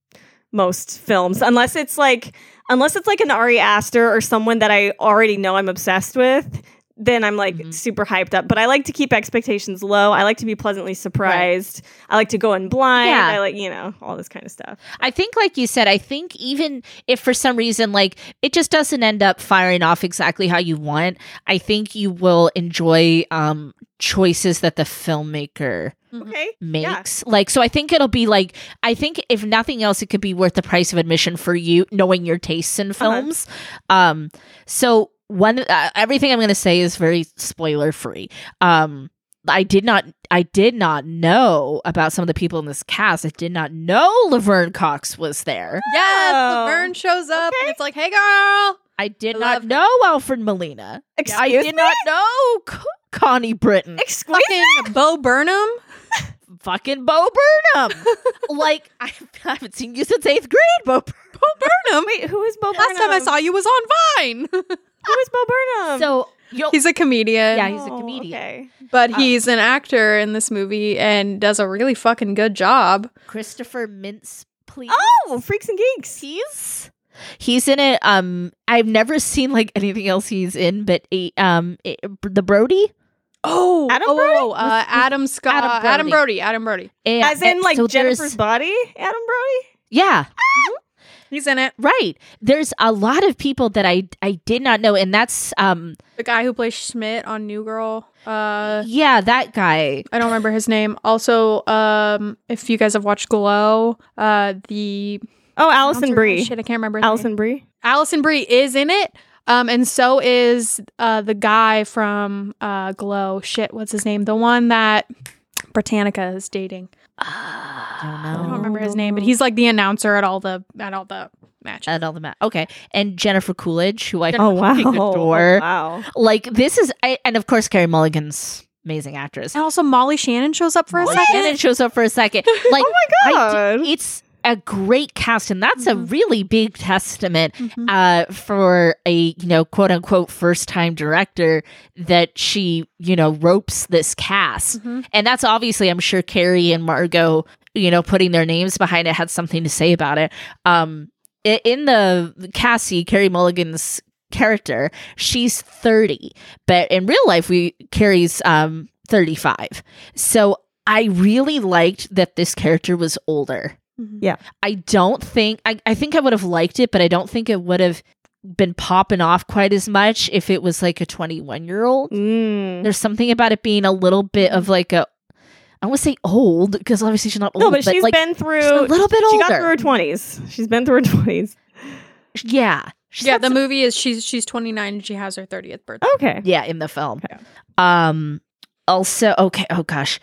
most films unless it's like unless it's like an Ari Aster or someone that I already know I'm obsessed with. Then I'm like Mhm. super hyped up, but I like to keep expectations low. I like to be pleasantly surprised. I like to go in blind. Yeah. I like you know all this kind of stuff. I think, like you said, I think even if for some reason, like it just doesn't end up firing off exactly how you want, I think you will enjoy um choices that the filmmaker Okay, makes. Like, so I think it'll be like, I think if nothing else, it could be worth the price of admission for you knowing your tastes in films. Um, so one, uh, everything I'm going to say is very spoiler free. Um, I did not, I did not know about some of the people in this cast. I did not know Laverne Cox was there. Yes, Oh. Laverne shows up and it's like, hey, girl. I did I not love her. know Alfred Molina. excuse I did not know C- Connie Britton. Excuse fucking Bo Burnham. Fucking Bo Burnham. like I, I haven't seen you since eighth grade, Bo Burnham. Burnham. Wait, who is Bo Burnham? Last time I saw you was on Vine. who is Bo Burnham? So you'll he's a comedian, Yeah, he's a Oh, comedian. okay. but he's an actor in this movie and does a really fucking good job. Christopher Mintz, please. Oh, freaks and geeks. Please. He's in it. Um, I've never seen like anything else he's in, but eh, um, eh, the Brody. Oh, Adam oh, Brody? oh, uh, Adam Scott, Adam Brody. Adam Brody, Adam Brody. Eh, As in, eh, like so there's- Jennifer's body, Adam Brody. Yeah, He's in it. right. There's a lot of people that I I did not know, and that's um, The guy who plays Schmidt on New Girl. Uh, yeah, that guy. I don't remember his name. Also, um, if you guys have watched Glow, uh, the Oh, Allison Oh, Brie. Shit, I can't remember. his name. Allison Brie. Allison Brie is in it. Um, and so is uh, the guy from uh, Glow. Shit, what's his name? The one that Britannica is dating. I I don't remember his name, but he's like the announcer at all the at all the matches. At all the ma- okay, and Jennifer Coolidge, who I Oh wow. fucking adore. Wow. like this is, I, and of course Carrie Mulligan's amazing actress. and also Molly Shannon shows up Oh, for a second. and it shows up for a second. Like oh my I god. do- it's a great cast, and that's a Mhm. really big testament Mhm. uh, for a you know quote unquote first time director that she you know ropes this cast, Mhm. and that's obviously I'm sure Carrie and Margot you know putting their names behind it had something to say about it. Um, i- in the Cassie Carrie Mulligan's character, she's 30, but in real life we Carrie's um 35. So I really liked that this character was older. Mhm. I don't think I, I think I would have liked it, but I don't think it would have been popping off quite as much if it was like a 21 year old. Mm. There's something about it being a little bit of like a I want to say old because obviously she's not old, No, but but she's like been through. she's a little bit she older. got through her twenties. She's been through her twenties. yeah, she's Yeah, had the some- Oh, movie is she's she's 29 and she has her 30th birthday. Okay. yeah in the film. Okay. Um, also okay oh gosh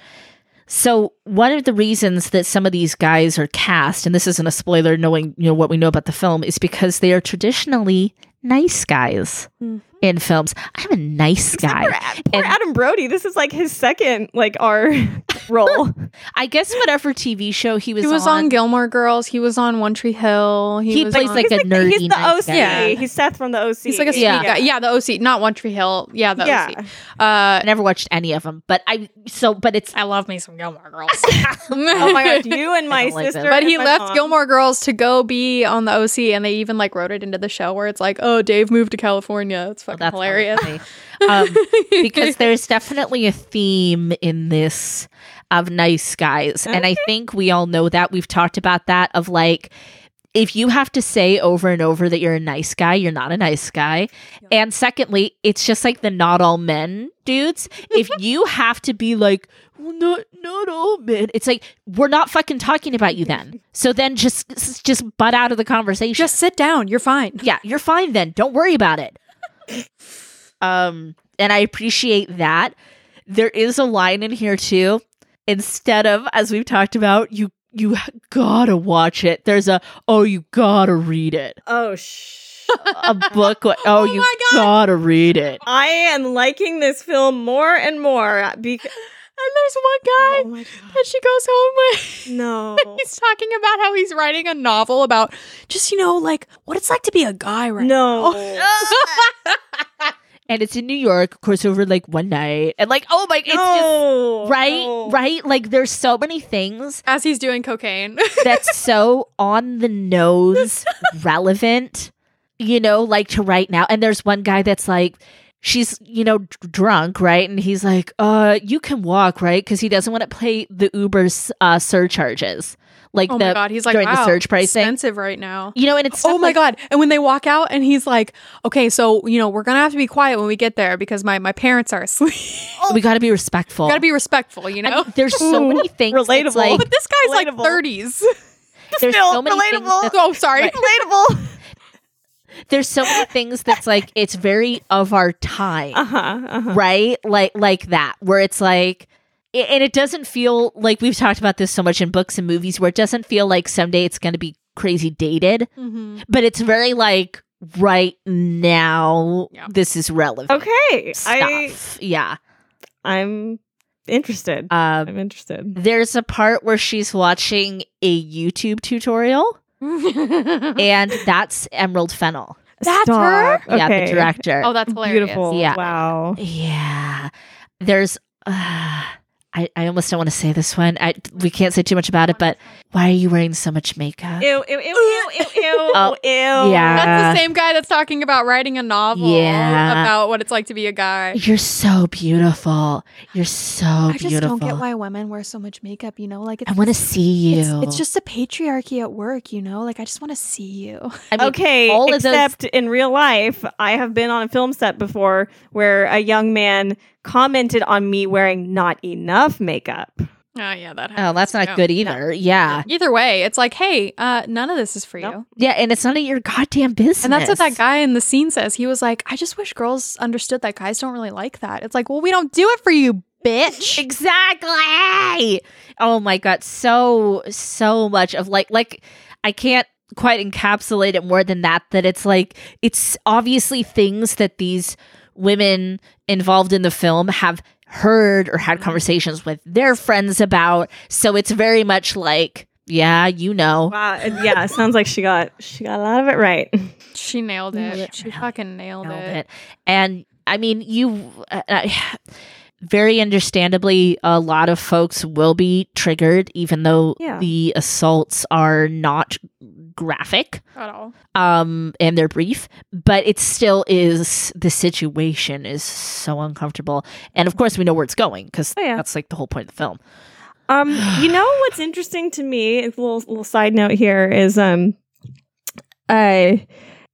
so one of the reasons that some of these guys are cast and this isn't a spoiler knowing you know what we know about the film is because they are traditionally nice guys Mhm. in films i'm a nice Except guy for Ad- poor And- Adam Brody. This is like his second like our role. i guess whatever tv show he was, He was on Gilmore Girls. He was on One Tree Hill. He, He was plays on- like he's a the- nerdy He's the nice OC. guy. He's Seth from the OC. he's like a Yeah. yeah. guy. Yeah, the OC, not One Tree Hill. Yeah, the yeah. OC. Uh, i never watched any of them but i so but it's I love me some Gilmore Girls. Oh my god, you and my don't like sister. them. But and he my left mom. Gilmore Girls to go be on the OC, and they even like wrote it into the show where it's like, "Oh, Dave moved to California." It's well, fucking that's hilarious. funny. um because there's definitely a theme in this of nice guys. And I think we all know that. We've talked about that of like, if you have to say over and over that you're a nice guy, you're not a nice guy. And secondly, it's just like the not all men dudes. if you have to be like, well, not not all men, it's like we're not fucking talking about you then. So then just s- just butt out of the conversation. Just sit down. You're fine. Yeah, you're fine then. Don't worry about it. um, and I appreciate that. There is a line in here too. Instead of as we've talked about, you you gotta watch it. There's a oh you gotta read it. Oh sh. A book. oh, you my God. gotta read it. I am liking this film more and more because And there's one guy my that she goes home with. no. He's talking about how he's writing a novel about just you know like what it's like to be a guy right No. And it's in New York, of course, over like one night. And like oh my, it's just no. right, No. right. Like there's so many things as he's doing cocaine. that's so on the nose relevant, you know, like to right now. And there's one guy that's like, she's, you know, d- drunk, right? And he's like, uh, you can walk, right? Because he doesn't want to pay the Uber's uh, surcharges. Like oh the, my god, he's like during wow, the surge pricing. expensive right now. You know, and it's Oh stuff my like- god! And when they walk out, and he's like, "Okay, so you know we're gonna have to be quiet when we get there because my my parents are asleep. we got to be respectful. Gotta be respectful, you I know." mean, there's so Ooh, many things. that's, relatable. Like, but this guy's like Relatable. 30s. there's Still so many things relatable. that's- Oh, sorry. Right. Relatable. there's so many things that's like it's very of our time. Uh huh. Uh-huh. right like like that where it's like a- and it doesn't feel like we've talked about this so much in books and movies where it doesn't feel like someday it's going to be crazy dated Mm-hmm. but it's very like right now Yeah. this is relevant Okay. I stuff yeah I'm interested. um I'm interested. there's a part where she's watching a youtube tutorial Mm-hmm. and that's emerald fennel That's Stop. yeah the Okay. director oh, that's hilarious. Beautiful. Yeah. Wow. Yeah. There's uh, I, I almost don't want to say this one. I we can't say too much about it, but why are you wearing so much makeup? Ew, ew, ew, ew, ew, ew, Oh, ew. yeah. That's the same guy that's talking about writing a novel Yeah. about what it's like to be a guy. You're so beautiful. You're so I just beautiful. don't get why women wear so much makeup, you know? Like it's I want to see you. it's, it's just a patriarchy at work, you know? Like I just want to see you. I mean, Okay, all of those- except in real life, I have been on a film set before where a young man commented on me wearing not enough makeup. Oh yeah, that Oh, that's not good either. Yeah. Either way, it's like, hey, uh, none of this is for Nope. you. Yeah, and it's none of your goddamn business. And that's what that guy in the scene says. He was like, I just wish girls understood that guys don't really like that. It's like, well, we don't do it for you, bitch. Exactly. Oh my god, so so much of like like I can't quite encapsulate it more than that that it's like it's obviously things that these women involved in the film have heard or had conversations with their friends about. So it's very much like, yeah, you know. Wow, and Uh, yeah, it sounds like she got she got a lot of it right. She nailed Nailed it. it. She fucking nailed, nailed it. it. And I mean, you uh, uh, very understandably, a lot of folks will be triggered, even though Yeah. the assaults are not graphic At all. um and they're brief but it still is the situation is so uncomfortable and of course we know where it's going because Oh, yeah. that's like the whole point of the film Um, you know what's interesting to me? A little little side note here is um, I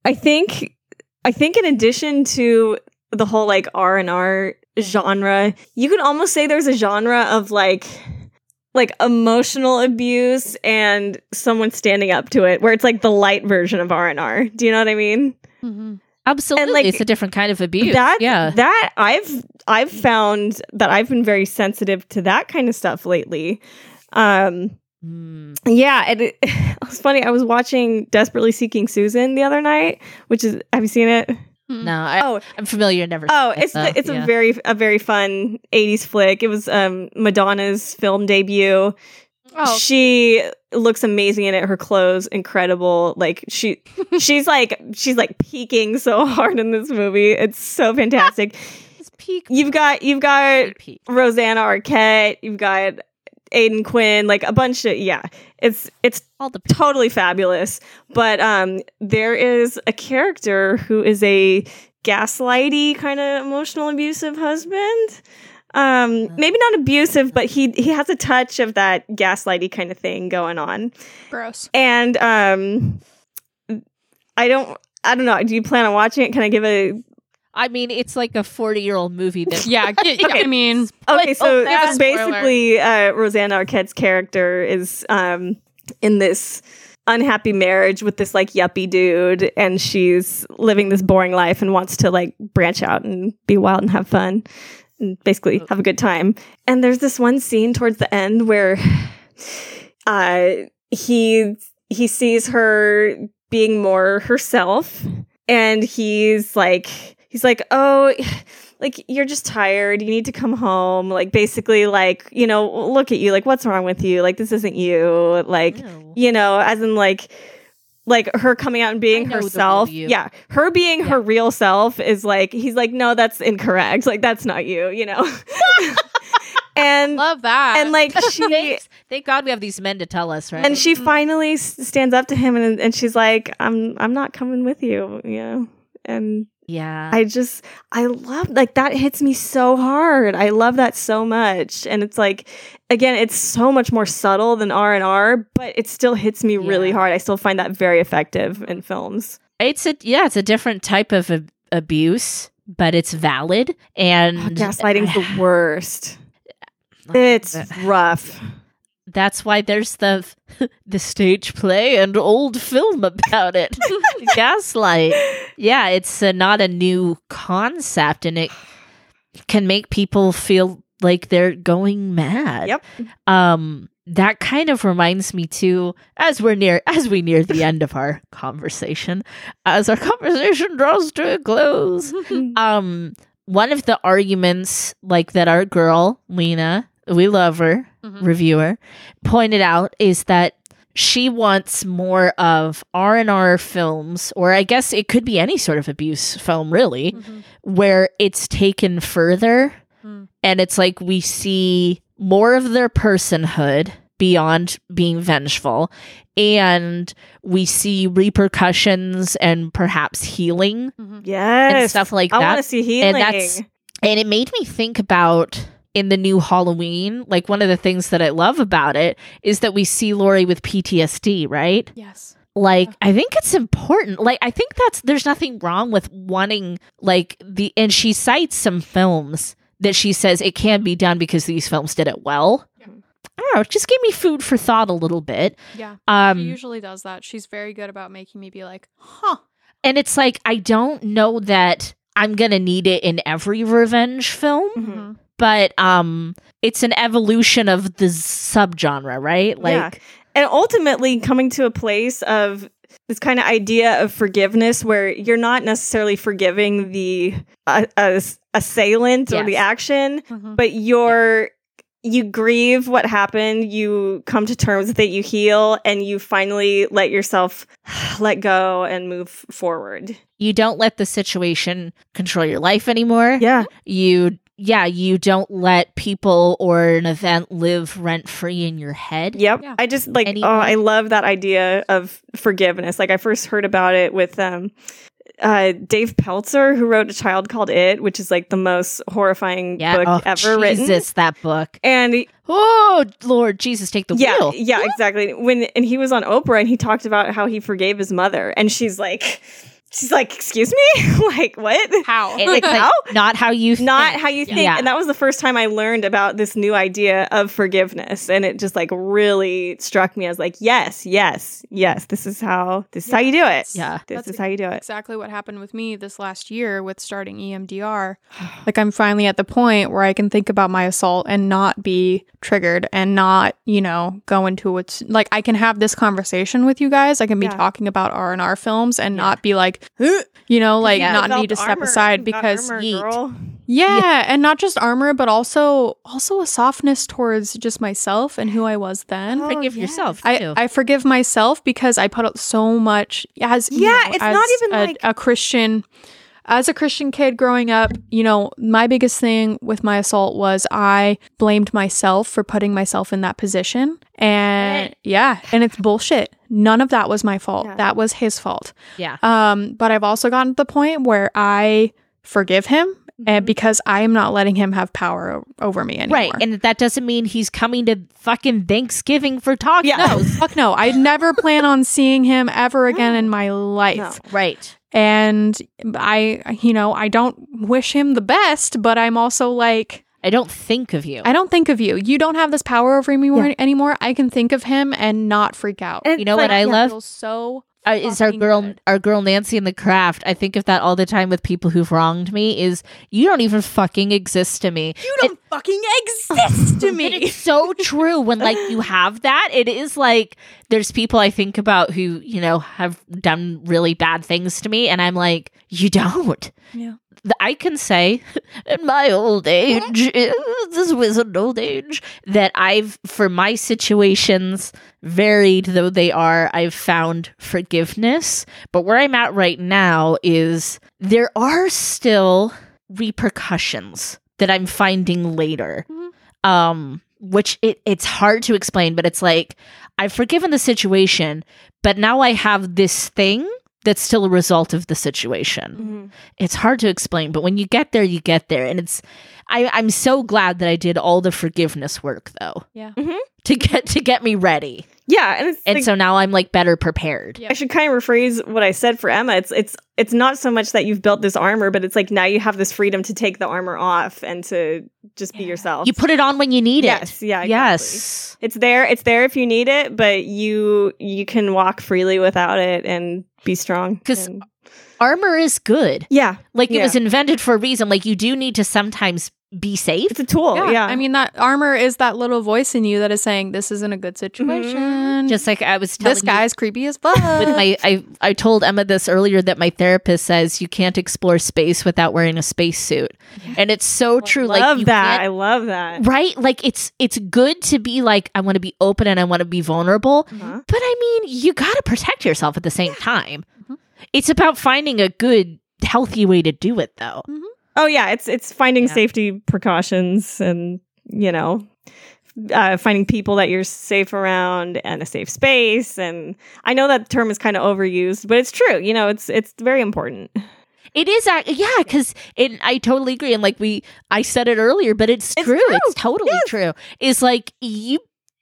I think I think in addition to the whole like R and R genre, you could almost say there's a genre of like like emotional abuse and someone standing up to it, where it's like the light version of R and R. Do you know what I mean? Mhm. Absolutely. it's a different kind of abuse. That yeah. that I've I've found that I've been very sensitive to that kind of stuff lately. Um Mm. yeah, and it, it was funny. I was watching Desperately Seeking Susan the other night, which is have you seen it? Mm. No, I, Oh. I'm familiar. Never. Oh, seen it, it's the, though. it's Yeah. a very a very fun 80s flick. It was um Madonna's film debut. Oh, She looks amazing in it. Her clothes incredible. Like she she's like she's like peaking so hard in this movie. It's so fantastic. It's peak. you've got you've got peak, peak. Rosanna Arquette, you've got Aiden Quinn, like a bunch of yeah. It's it's All the peak. totally fabulous. But um there is a character who is a gaslighty kind of emotional abusive husband. Um maybe not abusive, but he he has a touch of that gaslighty kind of thing going on. gross. And um I don't I don't know. Do you plan on watching it? Can I give a I mean, it's like a 40 year old movie that Yeah, g- yeah, I mean, Okay, so oh, that's it's a spoiler. basically uh, Rosanna Arquette's character is um, in this unhappy marriage with this like yuppie dude, and she's living this boring life and wants to like branch out and be wild and have fun and basically have a good time. And there's this one scene towards the end where uh, he he sees her being more herself, and he's like he's like oh like you're just tired you need to come home like basically like you know look at you like what's wrong with you like this isn't you like Ew. you know as in like like her coming out and being I know the real herself you. yeah her being her Yeah. real self is like he's like no that's incorrect like that's not you you know and love that. and like she Thanks. Thank God we have these men to tell us, right? and she finally s- stands up to him and, and she's like i'm i'm not coming with you you know and yeah. I just I love like that hits me so hard. I love that so much. And it's like again, it's so much more subtle than R&R, but it still hits me really Yeah. hard. I still find that very effective in films. it's a yeah, it's a different type of ab- abuse, but it's valid and Oh, Gaslighting's the worst. It's rough. uh, that's why there's the the stage play and old film about it. Gaslight. Yeah, it's uh not a new concept and it can make people feel like they're going mad. Yep. Um that kind of reminds me too as we're near as we near the end of our conversation as our conversation draws to a close um one of the arguments like that our girl lena we love her Mhm. reviewer pointed out is that she wants more of r&r films or i guess it could be any sort of abuse film really Mhm. where it's taken further Hmm. Mm. and it's like we see more of their personhood beyond being vengeful and we see repercussions and perhaps healing Mm-hmm. Yes. and stuff like I that want to see healing. that's- and it made me think about in the new Halloween, like one of the things that I love about it is that we see Lori with PTSD, right? yes. Like, I think it's important. Like, I think that's there's nothing wrong with wanting, like, the and she cites some films that she says it can be done because these films did it well. I don't know, it just gave me food for thought a little bit. Yeah. Um, she usually does that. She's very good about making me be like, huh. and it's like, I don't know that I'm gonna need it in every revenge film. Mm-hmm. Mhm. but um it's an evolution of the subgenre right Yeah. like and ultimately coming to a place of this kind of idea of forgiveness where you're not necessarily forgiving the uh, as- assailant or the Yes. action Mhm. but you're you grieve what happened you come to terms with it you heal and you finally let yourself let go and move forward you don't let the situation control your life anymore yeah you yeah you don't let people or an event live rent free in your head Yep. Yeah. I just like Any- oh, I love that idea of forgiveness. Like I first heard about it with um uh Dave Peltzer who wrote A Child Called It, which is like the most horrifying yeah book oh, ever jesus written. that book And oh lord jesus take the yeah, wheel yeah, exactly. When and he was on Oprah and he talked about how he forgave his mother and she's like She's like, "Excuse me, like what?" How? It's like, How? not how you think. Not how you think. Yeah. And that was the first time I learned about this new idea of forgiveness, and it just like really struck me as like, yes, yes, yes. This is how this is how you do it. Yeah. this That's is how you do it. exactly what happened with me this last year with starting E EMDR. Like I'm finally at the point where I can think about my assault and not be triggered and not, you know, go into what's like I can have this conversation with you guys. I can be Yeah. talking about R and R films and not be like, "Huh?" you know, like Yeah. not need Developed to step armor, aside got because armor, yeet. girl. yeah, and not just armor, but also also a softness towards just myself and who I was then. Forgive yourself. I, too. I forgive myself because I put up so much as you Yeah, know, it's as not even a, like- a Christian as a Christian kid growing up, you know, my biggest thing with my assault was I blamed myself for putting myself in that position. And yeah, and it's bullshit. None of that was my fault. Yeah. That was his fault. yeah. Um, but I've also gotten to the point where I forgive him Mm-hmm. and because I am not letting him have power o- over me anymore. Right. And that doesn't mean he's coming to fucking Thanksgiving for tacos. Yeah. no, fuck no. I never plan on seeing him ever again in my life. No. Right. And I, you know, I don't wish him the best, but I'm also like, I don't think of you. I don't think of you. You don't have this power over me more- anymore. I can think of him and not freak out. And You know it's what like- I It love feels so uh, is our fucking girl good. our girl Nancy in the craft. I think of that all the time with people who've wronged me. Is you don't even fucking exist to me. You don't fucking exist to And it's so true when like you have that. It is like there's people I think about who, you know, have done really bad things to me and I'm like, you don't. Yeah. Th- I can say in my old age, this was an old age, that I've, for my situations, varied though they are, I've found forgiveness. But where I'm at right now is there are still repercussions that I'm finding later. Um, which it, it's hard to explain, but it's like I've forgiven the situation, but now I have this thing that's still a result of the situation Mhm. it's hard to explain, but when you get there, you get there. And it's I, I'm so glad that I did all the forgiveness work though. Mm-hmm. Yeah. Mhm. To get to get me ready. Yeah, and it's And like- so now I'm like better prepared. Yeah. I should kind of rephrase what I said for Emma. It's it's it's not so much that you've built this armor, but it's like now you have this freedom to take the armor off and to just be yourself. You put it on when you need yes, it. yeah, exactly. Yes. It's there. It's there if you need it, but you you can walk freely without it and be strong. 'Cause- And- Armor is good. yeah, Like it Yeah. was invented for a reason. Like you do need to sometimes be safe. it's a tool. Yeah, I mean, that armor is that little voice in you that is saying, this isn't a good situation. Mm-hmm. Just like I was telling this you guy's creepy as fuck. with my I, I told Emma this earlier that my therapist says you can't explore space without wearing a spacesuit. And it's so true. Oh, love like you that. can't- I love that. right like it's it's good to be like i want to be open and i want to be vulnerable Uh-huh. but i mean you got to protect yourself at the same time it's about finding a good healthy way to do it though Oh yeah, it's it's finding Yeah. safety precautions and you know uh, finding people that you're safe around and a safe space. And I know that term is kind of overused, but it's true. You know, it's it's very important. it is ac- yeah because it i totally agree and like we i said it earlier but it's, It's true. true. it's totally true it's like you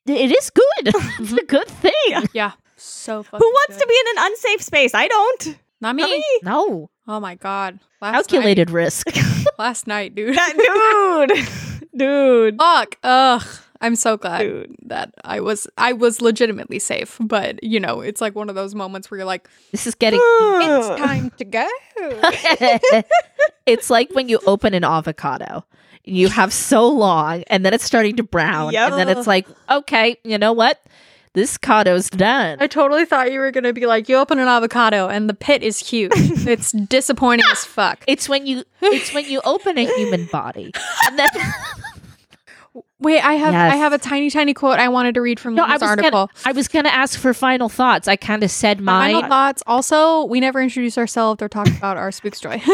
it is good it's a good thing yeah. So fucking Who wants to be in an unsafe space? I don't. Not me. Not me. no Oh my God. Last calculated risk Night, last night, dude. That- dude, dude, Fuck. Ugh. I'm so glad dude. that I was I was legitimately safe, but you know, it's like one of those moments where you're like, this is getting Ugh. Time to go. it's like when you open an avocado. You have so long, and then it's starting to brown, and then it's like, okay, you know what? This avocado's done. I totally thought you were gonna be like, you open an avocado and the pit is huge. it's disappointing as fuck. It's when you it's when you open a human body, and then Wait, I have Yes. I have a tiny tiny quote I wanted to read from no, I this was article. gonna I was gonna ask for final thoughts. I kind of said mine. Final thoughts. Also, we never introduce ourselves or talk about our spooks joy.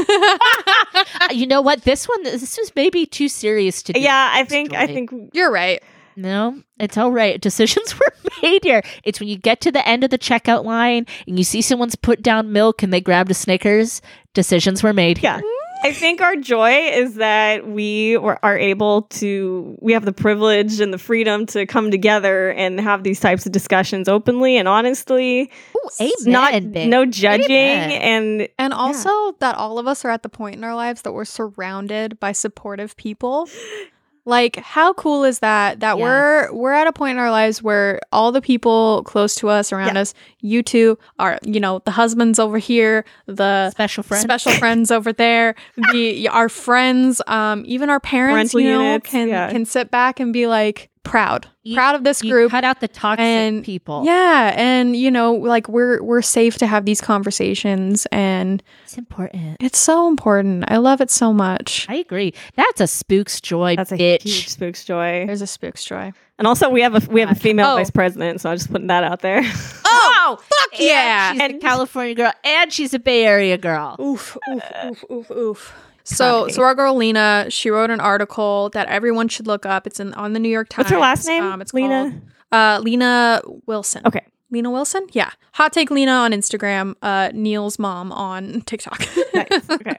Uh, you know what? This one, this was maybe too serious to. Do. Yeah, I think I Destroyed. think You're right. No, it's all right. Decisions were made here. It's when you get to the end of the checkout line and you see someone's put down milk and they grabbed a Snickers. Decisions were made yeah. here. I think our joy is that we were, are able to, we have the privilege and the freedom to come together and have these types of discussions openly and honestly. Ooh, amen, It's not Vic. no judging and And also that all of us are at the point in our lives that we're surrounded by supportive people. Like how cool is that that Yeah. we're we're at a point in our lives where all the people close to us around us you two are you know the husbands over here the special friend. special friends over there the our friends um even our parents Parental you know units, can yeah. can sit back and be like proud You- proud of this You group cut out the toxic and- people. yeah and you know like we're we're safe to have these conversations and it's important. it's so important. I love it so much. I agree. That's a spooks joy, that's a bitch. huge spooks joy. There's a spook's joy. And also, we have a we have a female Oh. vice president, so I'm just putting that out there. Oh, fuck yeah. She's And- a California girl, and she's a Bay Area girl. Oof, oof, Uh, oof, oof, oof. So, so our girl Lena, she wrote an article that everyone should look up. It's in on the New York Times. What's her last name? Um, it's Lena. called uh, Lena Wilson. Okay. Lena Wilson. Yeah, hot take Lena on Instagram. Uh, Neil's mom on TikTok. Nice. Okay.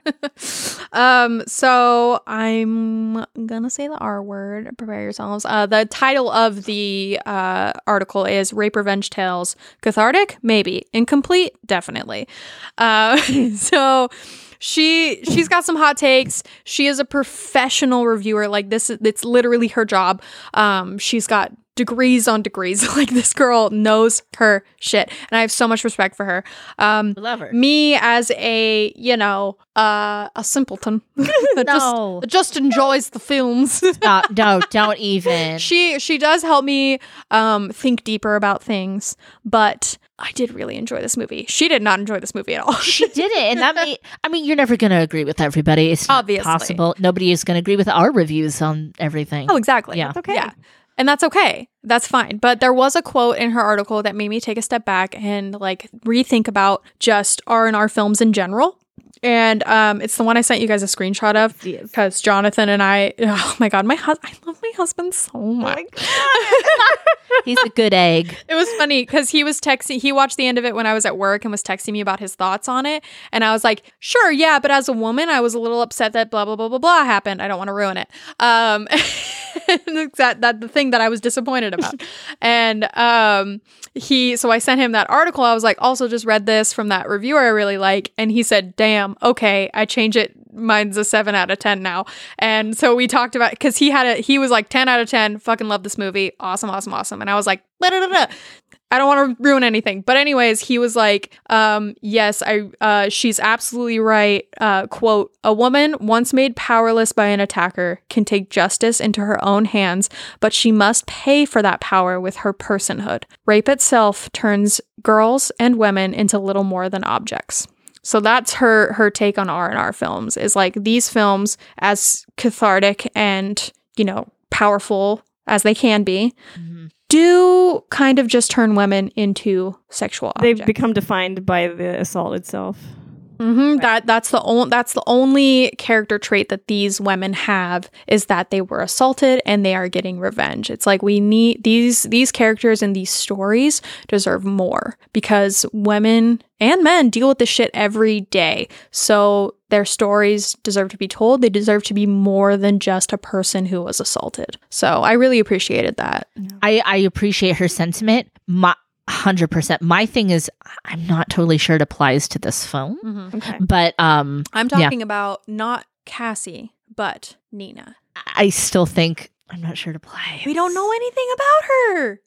um, so I'm gonna say the R word. Prepare yourselves. Uh, the title of the uh, article is "Rape Revenge Tales." Cathartic, maybe. Incomplete, definitely. Uh, so she she's got some hot takes. She is a professional reviewer. Like this, is it's literally her job. Um, she's got degrees on degrees. like this girl knows her shit, and I have so much respect for her. Um, Love her. me as a you know uh a simpleton that just no, that just enjoys the films stop. No, don't even. she she does help me um think deeper about things but i did really enjoy this movie she did not enjoy this movie at all she did it, and that mean, I mean, you're never gonna agree with everybody. It's not Obviously. possible. Nobody is gonna agree with our reviews on everything. oh exactly Yeah. That's okay yeah and that's okay that's fine but there was a quote in her article that made me take a step back and like rethink about just r&r films in general and um, it's the one i sent you guys a screenshot of Yes. because Jonathan and I, oh my god, my hus- I love my husband so Oh much. he's a good egg. it was funny because he was texting. He watched the end of it when I was at work and was texting me about his thoughts on it. And I was like, sure, yeah, but as a woman, I was a little upset that blah blah blah blah blah happened. I don't want to ruin it. Um, and that that the thing that I was disappointed about. and um, he, so I sent him that article. I was like, also just read this from that reviewer I really like, and he said, damn, okay, I change it. Mine's a seven out of ten now. And so we talked about because he had a he was like ten out of ten. Fucking love this movie. Awesome, awesome, awesome. And I was like, "Da-da-da-da." I don't want to ruin anything. But anyways, he was like, um, yes, I uh, she's absolutely right. Uh, quote, a woman once made powerless by an attacker can take justice into her own hands, but she must pay for that power with her personhood. Rape itself turns girls and women into little more than objects. So that's her her take on R&R films is like these films as cathartic and, you know, powerful as they can be, Mm-hmm. do kind of just turn women into sexual They objects. become defined by the assault itself. Mhm, That that's the only that's the only character trait that these women have is that they were assaulted and they are getting revenge. It's like we need these these characters and these stories deserve more because women and men deal with this shit every day. So their stories deserve to be told. They deserve to be more than just a person who was assaulted. So I really appreciated that. I I appreciate her sentiment. My hundred percent. My thing is, I'm not totally sure it applies to this film, Okay. but um, I'm Yeah. talking about not Cassie, but Nina. I still think I'm not sure it applies. We don't know anything about her.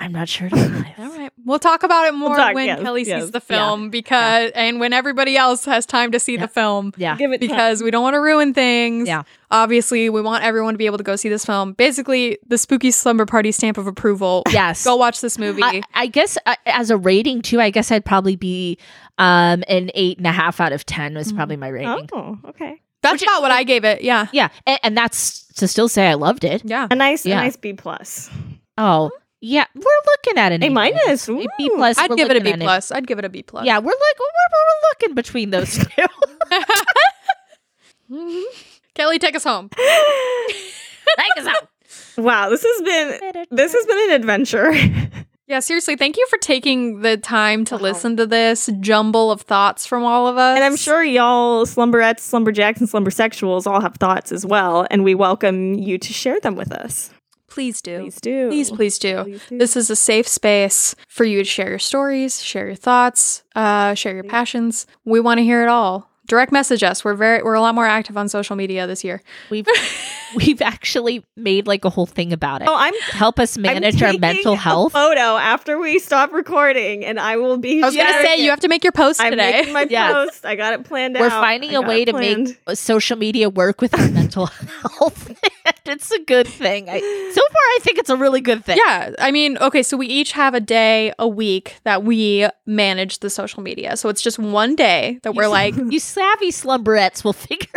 I'm not sure it applies. All right. We'll talk about it more talk, when yes, Kelly yes, sees the film because and when everybody else has time to see Yeah. the film Yeah. Give it time. because we don't want to ruin things. Yeah. Obviously, we want everyone to be able to go see this film. Basically, the spooky slumber party stamp of approval. Yes. Go watch this movie. I, I guess uh, as a rating too, I guess I'd probably be um an eight and a half out of ten Mm-hmm. was probably my rating. Oh, okay. That's about what I gave it. Yeah. Yeah, and, and that's to still say I loved it. Yeah. A nice, a Yeah. nice B plus, Oh yeah, we're looking at an Mm-hmm. A minus. A B Ooh. plus. I'd we're give it a looking B at plus. I'd give it a B plus. Yeah, we're like we're, we're looking between those two. Kelly, take us home. Like, so- Wow, this has been this has been an adventure. Yeah, seriously, thank you for taking the time to listen to this jumble of thoughts from all of us. And I'm sure y'all slumberettes, slumberjacks, and slumbersexuals all have thoughts as well, and we welcome you to share them with us. Please do. Please do. Please, please do. Please do. This is a safe space for you to share your stories, share your thoughts, uh, share your passions. We want to hear it all. Direct message us. We're very we're a lot more active on social media this year. We've we've actually made like a whole thing about it. Oh, I'm Help us I'm manage our taking mental a health. photo after we stop recording, and I will be. I was gonna sharing say you it. have to make your post I'm today. making my Yes. post. I got it planned We're out. finding I a got way it to planned. make uh, social media work with our mental health. And it's a good thing. I, so far, I think it's a really good thing. yeah, I mean, okay, so we each have a day a week that we manage the social media. So it's just one day that we're like, You savvy slumberettes will figure.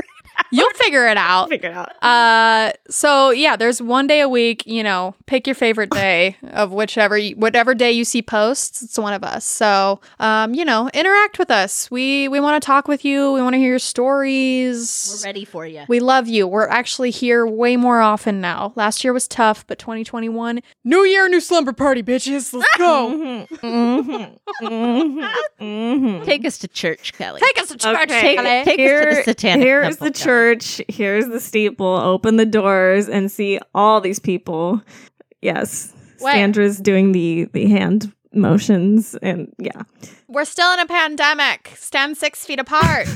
you'll figure it out. figure it out. Uh, so yeah, there's one day a week. You know, pick your favorite day of whichever whatever day you see posts. It's one of us. So um, you know, interact with us. We we want to talk with you. We want to hear your stories. We're ready for you. We love you. We're actually here way more often now. Last year was tough, but 2021, new year, new slumber party, bitches. Let's go. Oh. Mm-hmm. Take us to church, Kelly. Take us to church, Okay. Kelly. Take us to the satanic here's temple, Kelly. the church. Here's the steeple. Open the doors and see all these people. Yes, Where? Sandra's doing the the hand motions, and yeah, We're still in a pandemic. Stand six feet apart.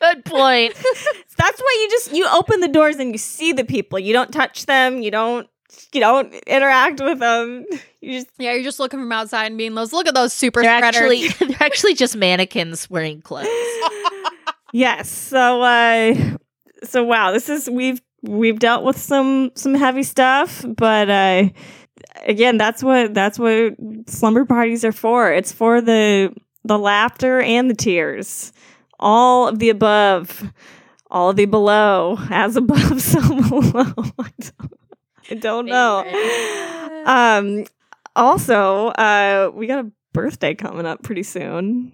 Good point. that's why you just you open the doors and you see the people. You don't touch them. You don't you don't interact with them. You just yeah, you're just looking from outside and being those. Look at those super They're spreaders. actually they're actually just mannequins wearing clothes. yes. So uh so wow, this is we've we've dealt with some some heavy stuff, but uh again, that's what that's what slumber parties are for. It's for the the laughter and the tears. All of the above. All of the below, as above, so below. I don't, I don't know. Um, also, uh, we got a birthday coming up pretty soon.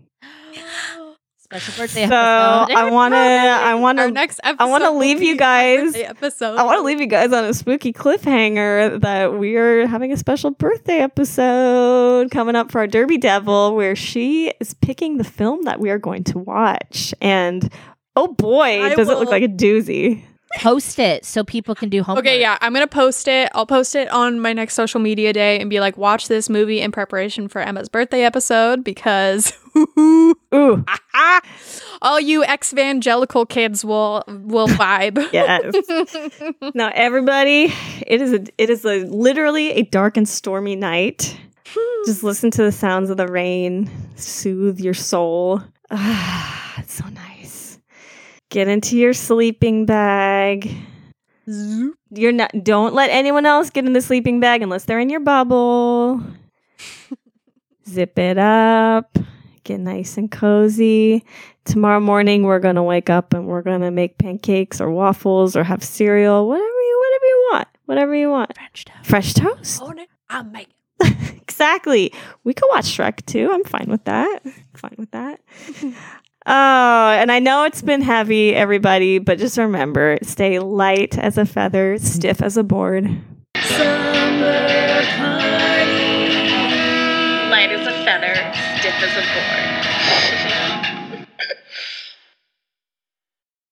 Special birthday. So episode. I want to. I want Our to. next episode. I want to will leave be you guys. the episode. I want to leave you guys on a spooky cliffhanger that we're having a special birthday episode coming up for our Derby Devil, where she is picking the film that we are going to watch. And oh boy, I does it will- look like a doozy! post it so people can do homework. Okay, yeah, I'm gonna post it. I'll post it on my next social media day and be like, watch this movie in preparation for Emma's birthday episode because Ooh, Ah. all you ex-evangelical kids will will vibe. yes. now everybody, it is a it is a literally a dark and stormy night. Just listen to the sounds of the rain, soothe your soul. Ah, it's so nice. Get into your sleeping bag. You're not don't let anyone else get in the sleeping bag unless they're in your bubble. Zip it up. Get nice and cozy. Tomorrow morning we're gonna wake up and we're gonna make pancakes or waffles or have cereal, whatever you whatever you want. Whatever you want. French toast. Fresh toast. I'll make exactly. We could watch Shrek too. I'm fine with that. Fine with that. Oh, and I know it's been heavy, everybody, but just remember stay light as a feather, stiff as a board. Light as a feather, stiff as a board.